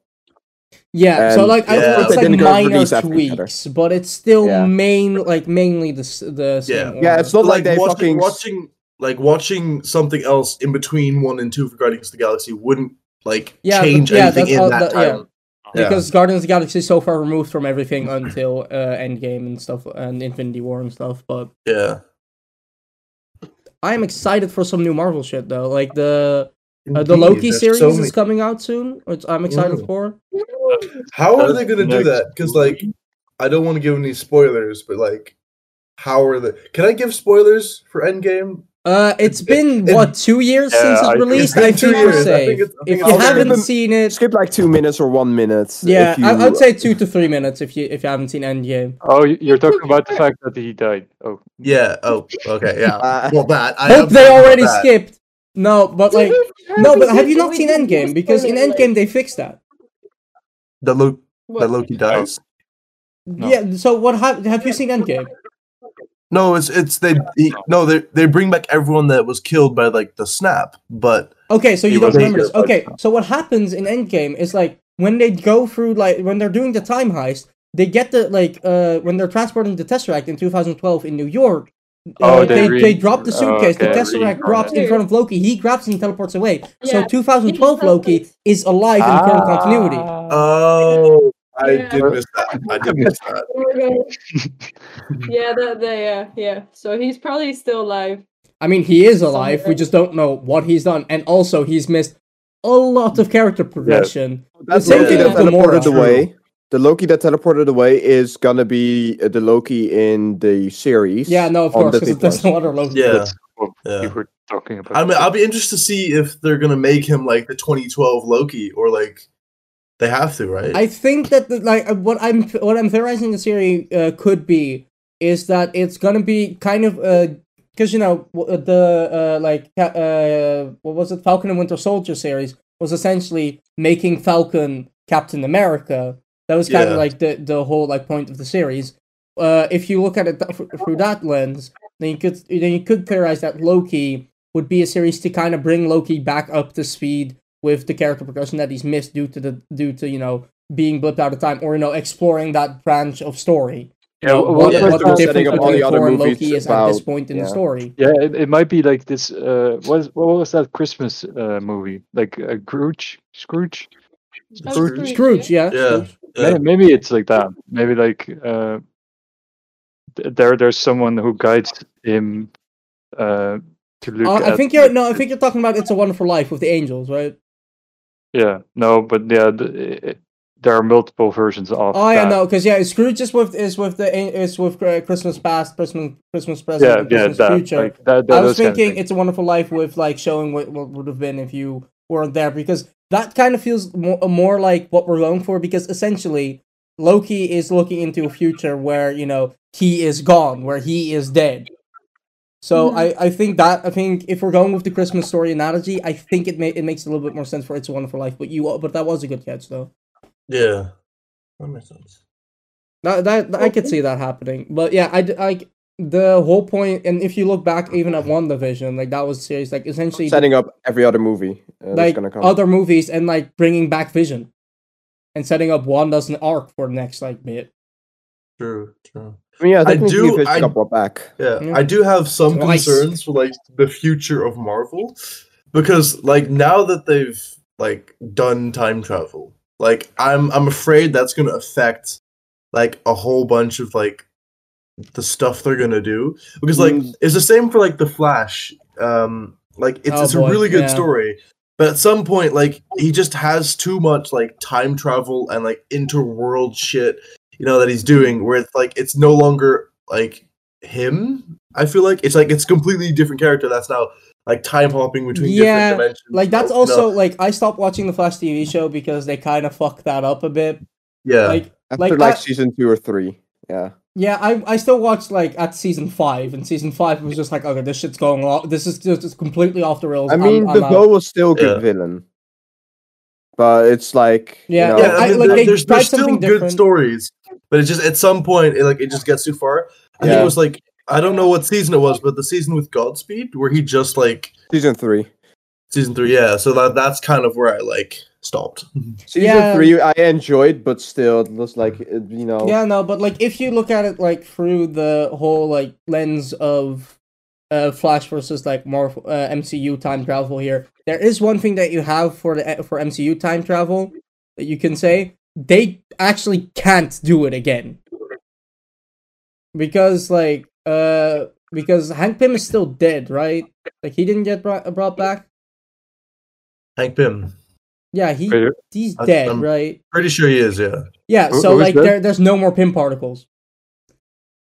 Speaker 1: yeah. So
Speaker 3: and-
Speaker 1: like, I-
Speaker 5: Yeah,
Speaker 1: it's
Speaker 5: they
Speaker 1: like
Speaker 5: didn't go
Speaker 1: minor
Speaker 3: release after each other.
Speaker 1: tweaks, but it's still
Speaker 3: Yeah.
Speaker 1: main like mainly the s- the same
Speaker 5: Yeah.
Speaker 3: Yeah,
Speaker 1: order.
Speaker 3: it's not like, they
Speaker 5: watching,
Speaker 3: fucking
Speaker 5: watching like watching something else in between one and two for Guardians of the Galaxy wouldn't like
Speaker 1: Yeah, but-
Speaker 5: change
Speaker 1: yeah,
Speaker 5: anything
Speaker 1: that's
Speaker 5: in
Speaker 1: all- that-
Speaker 5: that
Speaker 1: yeah.
Speaker 5: time. Yeah.
Speaker 1: because Guardians of the Galaxy is so far removed from everything until uh, Endgame and stuff and Infinity War and stuff, but.
Speaker 5: Yeah.
Speaker 1: I'm excited for some new Marvel shit though. Like the uh, the Loki series is coming out soon, which I'm excited
Speaker 5: Ooh.
Speaker 1: for.
Speaker 5: How are they going to do
Speaker 4: Next
Speaker 5: that? Because like, I don't want to give any spoilers, but like, how are they? Can I give spoilers for Endgame?
Speaker 1: Uh, it's been
Speaker 5: it-
Speaker 1: what two years
Speaker 4: Yeah,
Speaker 1: since
Speaker 4: I-
Speaker 1: it's
Speaker 4: it's
Speaker 1: released.
Speaker 5: been
Speaker 1: I
Speaker 5: two
Speaker 1: think you're
Speaker 5: years. I
Speaker 1: safe.
Speaker 5: think it's- I
Speaker 1: If
Speaker 5: think it's
Speaker 1: you
Speaker 3: okay.
Speaker 1: haven't
Speaker 3: Even-
Speaker 1: seen it,
Speaker 3: skip like two minutes or one minute.
Speaker 1: yeah,
Speaker 3: if you,
Speaker 1: I, I would say two to three minutes if you if you haven't seen Endgame.
Speaker 4: Oh, you- you're talking about the fact that he died. Oh,
Speaker 5: Yeah. Oh. Okay. Yeah.
Speaker 3: Uh,
Speaker 5: well, that I
Speaker 1: Hope
Speaker 5: am
Speaker 1: they
Speaker 5: talking about
Speaker 1: already
Speaker 5: that.
Speaker 1: skipped. No, but like no, but have you not seen Endgame?
Speaker 2: Endgame?
Speaker 1: Because in Endgame they fixed that.
Speaker 5: that. Lo- that
Speaker 2: What? Oh.
Speaker 5: Loki dies.
Speaker 4: No.
Speaker 1: Yeah. So what hap- have you seen Endgame?
Speaker 5: No, it's it's they he- no they they bring back everyone that was killed by like the snap, but
Speaker 1: Okay, so
Speaker 4: He
Speaker 1: you don't
Speaker 4: was
Speaker 1: remember this.
Speaker 4: here, but-
Speaker 1: Okay, so what happens in Endgame is like when they go through like when they're doing the time heist, they get the like uh when they're transporting the Tesseract in 2012 in New York. Uh,
Speaker 4: Oh, they
Speaker 1: they,
Speaker 4: re-
Speaker 1: they drop the
Speaker 4: oh,
Speaker 1: suitcase.
Speaker 4: okay,
Speaker 1: the Tesseract
Speaker 4: re-
Speaker 1: drops in front of Loki. He grabs and teleports away. So
Speaker 2: Yeah,
Speaker 1: 2012 Loki is alive in current continuity.
Speaker 5: oh, I
Speaker 2: Yeah.
Speaker 5: did miss that. I did miss that.
Speaker 2: Oh my God. yeah, that, that, yeah, yeah. So he's probably still alive.
Speaker 1: I mean, he is alive. We just don't know what he's done, and also he's missed a lot of character progression.
Speaker 3: That
Speaker 1: same
Speaker 3: Loki
Speaker 5: thing
Speaker 3: that
Speaker 5: with
Speaker 1: Gamora.
Speaker 3: teleported away. The Loki that teleported away is gonna be uh, the Loki in the series.
Speaker 1: Yeah, no, of
Speaker 3: on
Speaker 1: course,
Speaker 3: the
Speaker 1: because
Speaker 3: TV
Speaker 1: there's no other Loki.
Speaker 5: Yeah.
Speaker 4: that's what
Speaker 5: Yeah.
Speaker 4: you were talking about.
Speaker 5: I mean, I'll be interested to see if they're gonna make him like the 2012 Loki, or like they have to, right?
Speaker 1: I think that the, like uh, what I'm what I'm theorizing the series uh, could be is that it's gonna be kind of because you know w- uh, the uh, like ca- uh, what was it Falcon and Winter Soldier series was essentially making Falcon Captain America. That was kind
Speaker 5: Yeah.
Speaker 1: of like the the whole like point of the series. Uh, if you look at it th- through that lens, then you could then you could theorize that Loki would be a series to kind of bring Loki back up to speed with the character progression that he's missed due to the due to you know being blipped out of time or you know exploring that branch of story. You
Speaker 4: yeah,
Speaker 1: know,
Speaker 4: well,
Speaker 1: what,
Speaker 5: yeah,
Speaker 1: what
Speaker 4: well,
Speaker 3: yeah.
Speaker 1: the difference
Speaker 3: Setting up all
Speaker 1: between
Speaker 3: the other
Speaker 1: Thor and
Speaker 3: movies
Speaker 1: Loki is at this
Speaker 3: about-
Speaker 1: point in the
Speaker 3: yeah.
Speaker 1: story.
Speaker 4: Yeah, it, it might be like this. Uh, what is, what was that Christmas uh, movie? Like uh, Scrooge, Scrooge.
Speaker 2: Oh,
Speaker 5: Scrooge.
Speaker 1: Scrooge, yeah.
Speaker 5: yeah,
Speaker 1: Scrooge.
Speaker 5: Yeah.
Speaker 4: May- Maybe it's like that. Maybe like uh, th- there, there's someone who guides him uh, to look.
Speaker 1: Uh,
Speaker 4: at,
Speaker 1: I think you're no. I think you're talking about It's a Wonderful Life with the angels, right?
Speaker 4: Yeah, no, but yeah, th- it, it- there are multiple versions of.
Speaker 1: Oh yeah,
Speaker 4: that.
Speaker 1: no, because yeah, Scrooge is with is with the an- is with uh, Christmas past, Christmas Christmas present,
Speaker 4: Yeah,
Speaker 1: and
Speaker 4: yeah,
Speaker 1: Christmas
Speaker 4: that,
Speaker 1: future.
Speaker 4: like, that, that.
Speaker 1: I was
Speaker 4: those kind of
Speaker 1: thinking
Speaker 4: things.
Speaker 1: It's a Wonderful Life with like showing what, what would have been if you weren't there because that kind of feels more, more like what we're going for because essentially Loki is looking into a future where you know he is gone, where he is dead. So
Speaker 2: Mhm.
Speaker 1: I, I think that I think if we're going with the Christmas story analogy, I think it ma- it makes a little bit more sense for It's a Wonderful Life. But you but that was a good catch though.
Speaker 5: yeah, that makes sense.
Speaker 1: That, that, that- I could see that happening, but yeah, I like the whole point. And if you look back, even at One Division, like that was serious. Like essentially,
Speaker 3: setting up every other movie uh, that's
Speaker 1: like
Speaker 3: gonna come.
Speaker 1: other movies and like bringing back Vision, and setting up Wanda's an arc for next like bit.
Speaker 5: True, true.
Speaker 3: I mean, yeah,
Speaker 5: I
Speaker 3: technically
Speaker 5: do-
Speaker 3: Vision
Speaker 5: I-
Speaker 3: got brought back.
Speaker 5: Yeah,
Speaker 1: Yeah.
Speaker 5: I do have some
Speaker 1: Twice.
Speaker 5: concerns for like the future of Marvel because like now that they've like done time travel, like I'm I'm afraid that's going to affect like a whole bunch of like the stuff they're going to do because like
Speaker 3: Mm.
Speaker 5: it's the same for like the Flash. Um like it's
Speaker 1: Oh,
Speaker 5: it's
Speaker 1: boy,
Speaker 5: a really good
Speaker 1: yeah.
Speaker 5: story. But at some point, like he just has too much like time travel and like interworld shit, you know, that he's doing. Where it's like it's no longer like him. I feel like it's like it's completely different character that's now like time hopping between
Speaker 1: Yeah,
Speaker 5: different dimensions.
Speaker 1: Like that's
Speaker 5: Oh, no.
Speaker 1: also like I stopped watching the Flash TV show because they kind of fucked that up a bit.
Speaker 5: yeah.
Speaker 1: Like
Speaker 3: After
Speaker 1: Like
Speaker 3: like,
Speaker 1: that-
Speaker 3: season two or three. Yeah.
Speaker 1: yeah, I I still watched like at season five, and season five was just like okay, this shit's going off. This is just just completely off the rails.
Speaker 3: I
Speaker 1: I'm-
Speaker 3: mean,
Speaker 1: I'm
Speaker 3: the
Speaker 1: out.
Speaker 3: bow was still a good
Speaker 5: Yeah.
Speaker 3: villain, but it's like
Speaker 1: Yeah,
Speaker 3: you know,
Speaker 5: yeah, I
Speaker 1: I-
Speaker 5: mean,
Speaker 1: like,
Speaker 5: there-
Speaker 1: they
Speaker 5: there's,
Speaker 1: tried
Speaker 5: there's still
Speaker 1: something
Speaker 5: good
Speaker 1: different.
Speaker 5: stories, but it just at some point it like it just gets too far. I think
Speaker 3: Yeah.
Speaker 5: it was like I don't know what season it was, but the season with Godspeed where he just like
Speaker 3: season three.
Speaker 5: season three, yeah. So that that's kind of where I like stopped.
Speaker 1: Mm-hmm.
Speaker 3: Season
Speaker 1: Yeah.
Speaker 3: three, I enjoyed, but still, it was like it- you know.
Speaker 1: Yeah, no, but like if you look at it like through the whole like lens of uh, Flash versus like Marvel uh, MCU time travel here, there is one thing that you have for the for MCU time travel that you can say they actually can't do it again because like uh because Hank Pym is still dead, right? Like he didn't get brought, brought back.
Speaker 5: Hank Pym,
Speaker 1: Yeah, he
Speaker 4: Wait,
Speaker 1: he's
Speaker 5: I-
Speaker 1: dead,
Speaker 5: I'm-
Speaker 1: right?
Speaker 5: pretty sure he is, yeah.
Speaker 1: Yeah,
Speaker 3: Who-
Speaker 1: so
Speaker 3: who is
Speaker 1: like
Speaker 3: dead?
Speaker 1: there there's no more Pym particles.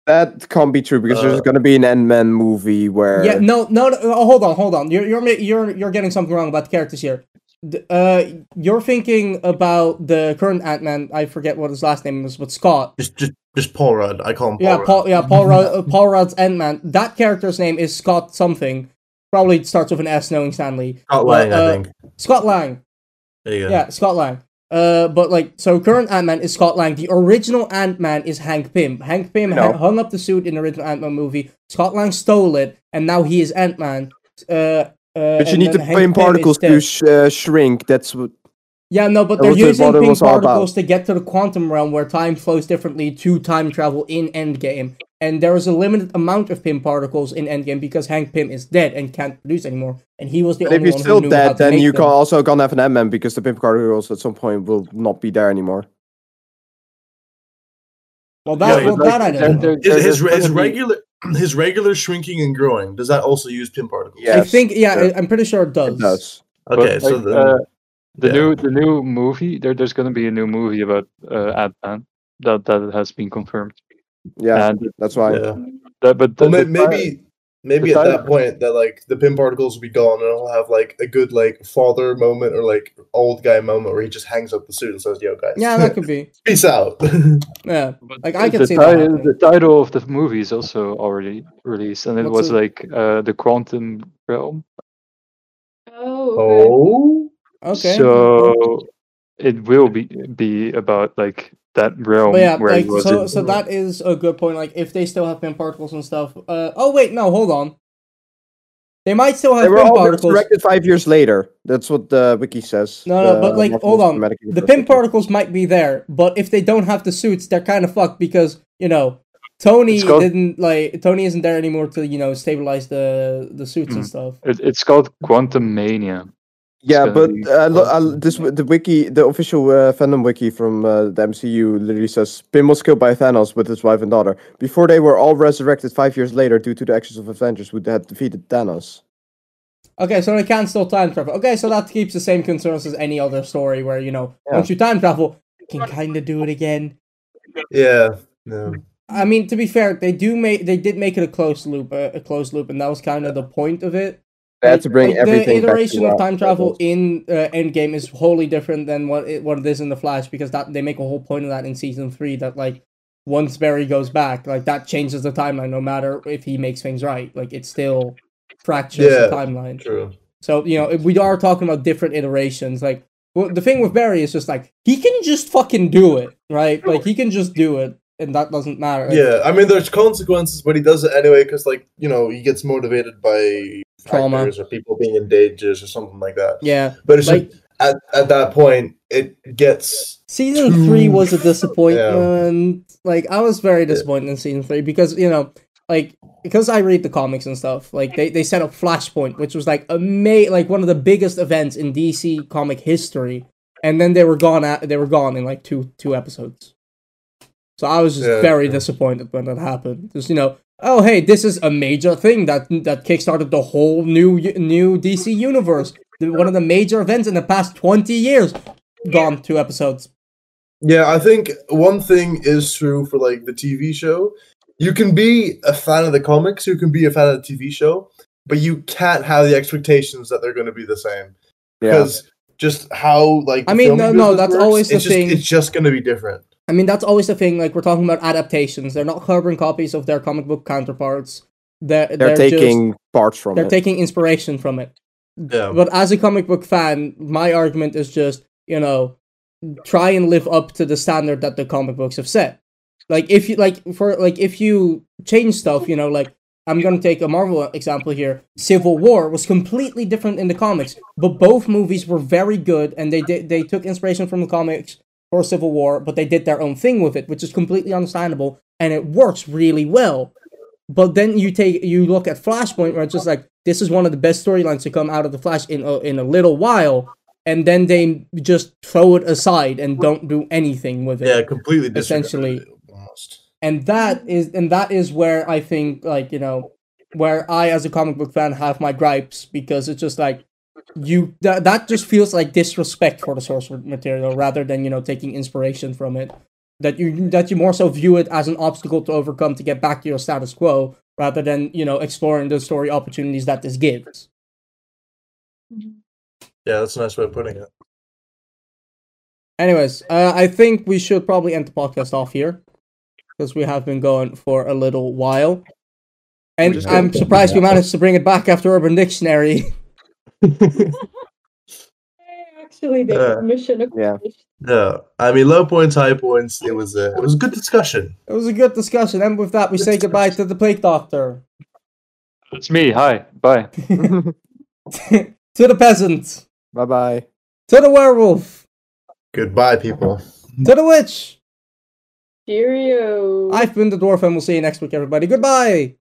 Speaker 3: That can't be true because there's
Speaker 5: Uh,
Speaker 3: gonna be an Ant Man movie where
Speaker 1: Yeah, no, no, no. oh, Hold on, hold on. You're you're ma- you're you're getting something wrong about the characters here. D- Uh, you're thinking about the current Ant Man. I forget what his last name is, but Scott.
Speaker 5: Just just just Paul Rudd. I call him Paul
Speaker 1: yeah,
Speaker 5: Rudd.
Speaker 1: Paul. Yeah, Paul. Rudd, uh, Paul Rudd's Ant Man. That character's name is Scott something. Probably starts with an S, knowing Stanley.
Speaker 5: Scott
Speaker 1: well,
Speaker 5: Lang,
Speaker 1: uh,
Speaker 5: I think.
Speaker 1: Scott Lang.
Speaker 5: There you go.
Speaker 1: Yeah, Scott Lang. Uh, but like, so current Ant Man is Scott Lang. The original Ant Man is Hank Pym. Hank Pym
Speaker 3: No.
Speaker 1: ha- hung up the suit in the original Ant Man movie. Scott Lang stole it, and now he is Ant Man. Uh, uh,
Speaker 3: But you
Speaker 1: and
Speaker 3: need
Speaker 1: then
Speaker 3: the
Speaker 1: Hank
Speaker 3: flame
Speaker 1: Pym is
Speaker 3: particles
Speaker 1: dead.
Speaker 3: to sh- uh, shrink. That's what.
Speaker 1: yeah, no, but
Speaker 3: That
Speaker 1: they're
Speaker 3: was what-
Speaker 1: using
Speaker 3: what it
Speaker 1: pink
Speaker 3: was all about.
Speaker 1: particles to get to the quantum realm where time flows differently to time travel in Endgame. And there is a limited amount of pin particles in Endgame because Hank Pym is dead and can't produce anymore. And he was the
Speaker 3: But if
Speaker 1: only
Speaker 3: you're
Speaker 1: one
Speaker 3: still
Speaker 1: who knew how
Speaker 3: dead,
Speaker 1: to
Speaker 3: then
Speaker 1: make
Speaker 3: you
Speaker 1: them.
Speaker 3: can also can't have an Ant Man because the pimp particles at some point will not be there anymore.
Speaker 1: Well, that,
Speaker 5: Yeah,
Speaker 1: well,
Speaker 5: but
Speaker 1: that I don't know.
Speaker 5: His, his, re- his regular his regular shrinking and growing, does that also use pin particles?
Speaker 3: Yeah.
Speaker 1: I think, yeah,
Speaker 3: yeah.
Speaker 1: I- I'm pretty sure it does.
Speaker 3: It does.
Speaker 5: Okay,
Speaker 4: But,
Speaker 5: so
Speaker 4: like,
Speaker 5: then,
Speaker 4: uh, the
Speaker 5: yeah.
Speaker 4: new the new movie there, there's going to be a new movie about uh, Ant Man that that has been confirmed.
Speaker 3: Yeah,
Speaker 4: and
Speaker 3: that's why.
Speaker 5: yeah.
Speaker 4: that, but the, the
Speaker 5: Well, may-
Speaker 4: ti-
Speaker 5: maybe maybe
Speaker 4: the
Speaker 5: at that
Speaker 4: time-
Speaker 5: point that like the pin particles will be gone and it'll have like a good like father moment or like old guy moment where he just hangs up the suit and says, "Yo, guys,
Speaker 1: Yeah, that could be.
Speaker 5: peace out."
Speaker 1: Yeah.
Speaker 4: But
Speaker 1: Like, I
Speaker 4: the-
Speaker 1: could
Speaker 4: the,
Speaker 1: see that
Speaker 4: ti-
Speaker 1: happening.
Speaker 4: the title of the movie is also already released, and it
Speaker 1: What's
Speaker 4: was
Speaker 1: it?
Speaker 4: like uh, the Quantum Realm.
Speaker 2: Oh, okay.
Speaker 5: oh,
Speaker 1: Okay.
Speaker 4: So it will be be about like that realm
Speaker 1: But yeah,
Speaker 4: where
Speaker 1: like
Speaker 4: it was.
Speaker 1: so,
Speaker 4: in-
Speaker 1: so that is a good point. Like if they still have pin particles and stuff. Uh oh wait, no, hold on. They might still have
Speaker 3: They were
Speaker 1: pin
Speaker 3: all
Speaker 1: particles.
Speaker 3: resurrected five years later. That's what the wiki says.
Speaker 1: No, no,
Speaker 3: the
Speaker 1: but, like,
Speaker 3: Marvel
Speaker 1: hold on.
Speaker 3: Cinematic
Speaker 1: The
Speaker 3: uh, Universe
Speaker 1: pin
Speaker 3: wiki.
Speaker 1: particles might be there, but if they don't have the suits, they're kind of fucked because you know Tony
Speaker 4: It's called-
Speaker 1: didn't like Tony isn't there anymore to you know stabilize the the suits and
Speaker 4: Mm.
Speaker 1: stuff.
Speaker 4: It, it's called Quantum Mania.
Speaker 3: Yeah,
Speaker 4: gonna
Speaker 3: but
Speaker 4: be
Speaker 3: uh, lo-
Speaker 4: awesome.
Speaker 3: uh, this w- the wiki, the official uh, fandom wiki from uh, the MCU literally says Pym was killed by Thanos with his wife and daughter before they were all resurrected five years later due to the actions of Avengers who had defeated Thanos.
Speaker 1: Okay, so they can still time travel. Okay, so that keeps the same concerns as any other story where you know
Speaker 3: Yeah.
Speaker 1: once you time travel, you can kind of do it again.
Speaker 5: yeah, no.
Speaker 1: I mean, to be fair, they do make they did make it a closed loop, uh, a closed loop, and that was kind of the point of it.
Speaker 3: They had to bring
Speaker 1: Like,
Speaker 3: everything.
Speaker 1: The iteration
Speaker 3: back to uh,
Speaker 1: of
Speaker 3: what
Speaker 1: time
Speaker 3: it
Speaker 1: travel
Speaker 3: was.
Speaker 1: in uh, Endgame is wholly different than what it, what it is in the Flash because that they make a whole point of that in season three that like once Barry goes back, like that changes the timeline. No matter if he makes things right, like it still fractures the
Speaker 5: Yeah.
Speaker 1: timeline.
Speaker 5: true.
Speaker 1: So you know, if we are talking about different iterations, like well, the thing with Barry is just like he can just fucking do it, right? Like he can just do it, and that doesn't matter. Like,
Speaker 5: Yeah, I mean, there's consequences, but he does it anyway because, like, you know, he gets motivated by
Speaker 1: Trauma.
Speaker 5: factors or people being in dangers or something like that.
Speaker 1: Yeah,
Speaker 5: But it's
Speaker 1: like
Speaker 5: like at, at that point, it gets
Speaker 1: season
Speaker 5: Two.
Speaker 1: three was a disappointment. Like I was very disappointed in season three because you know, like because I read the comics and stuff. Like they, they set up Flashpoint, which was like a ma- like one of the biggest events in DC comic history, and then they were gone. At, they were gone in like two two episodes. So I was just
Speaker 5: Yeah,
Speaker 1: very
Speaker 5: yeah.
Speaker 1: disappointed when that happened. Just you know, oh hey, this is a major thing that that kickstarted the whole new new DC universe. The- One of the major events in the past twenty years. Gone two episodes.
Speaker 5: Yeah, I think one thing is true for like the TV show you can be a fan of the comics, you can be a fan of the TV show, but you can't have the expectations that they're going to be the same
Speaker 3: Yeah.
Speaker 5: because just how like
Speaker 1: I
Speaker 5: the
Speaker 1: mean,
Speaker 5: film
Speaker 1: no, no,
Speaker 5: business
Speaker 1: that's always the
Speaker 5: it's just,
Speaker 1: thing.
Speaker 5: It's just going to be different.
Speaker 1: I mean, that's always the thing. Like we're talking about adaptations. They're not carbon copies of their comic book counterparts. They're
Speaker 3: They're,
Speaker 1: they're, just,
Speaker 3: taking parts from
Speaker 1: they're
Speaker 3: it.
Speaker 1: taking inspiration from it.
Speaker 5: Yeah,
Speaker 1: But as a comic book fan, my argument is just you know try and live up to the standard that the comic books have set. Like if you like for like if you change stuff, you know, like I'm gonna take a Marvel example here. Civil War was completely different in the comics, but both movies were very good, and they did they took inspiration from the comics for Civil War, but they did their own thing with it, which is completely understandable, and it works really well. But then you take you look at Flashpoint, where it's just like this is one of the best storylines to come out of the Flash in a, in a little while, and then they just throw it aside and don't do anything with it
Speaker 5: yeah, completely disregarded
Speaker 1: Essentially-
Speaker 5: it almost.
Speaker 1: and that is and that is where I think like you know where I as a comic book fan have my gripes because it's just like you that that just feels like disrespect for the source material rather than you know taking inspiration from it that you that you more so view it as an obstacle to overcome to get back to your status quo rather than you know exploring the story opportunities that this gives
Speaker 2: Mm-hmm.
Speaker 5: Yeah, that's a nice way of putting it.
Speaker 1: anyways uh, i think we should probably end the podcast off here because we have been going for a little while and
Speaker 3: just
Speaker 1: i'm
Speaker 3: gonna-
Speaker 1: surprised we managed to bring it back after urban dictionary
Speaker 2: I actually did.
Speaker 5: Yeah.
Speaker 2: Mission
Speaker 3: Yeah.
Speaker 2: accomplished.
Speaker 5: Yeah, I mean, low points, high points. It was a it was a good discussion.
Speaker 1: It was a good discussion, and with that, we
Speaker 5: Good
Speaker 1: say goodbye to the plague doctor,
Speaker 4: It's me. Hi. Bye.
Speaker 1: to the peasant,
Speaker 3: bye bye.
Speaker 1: to the werewolf,
Speaker 5: Goodbye, people.
Speaker 1: to the witch.
Speaker 2: Cheerio.
Speaker 1: I've been the dwarf, and we'll see you next week, everybody. Goodbye.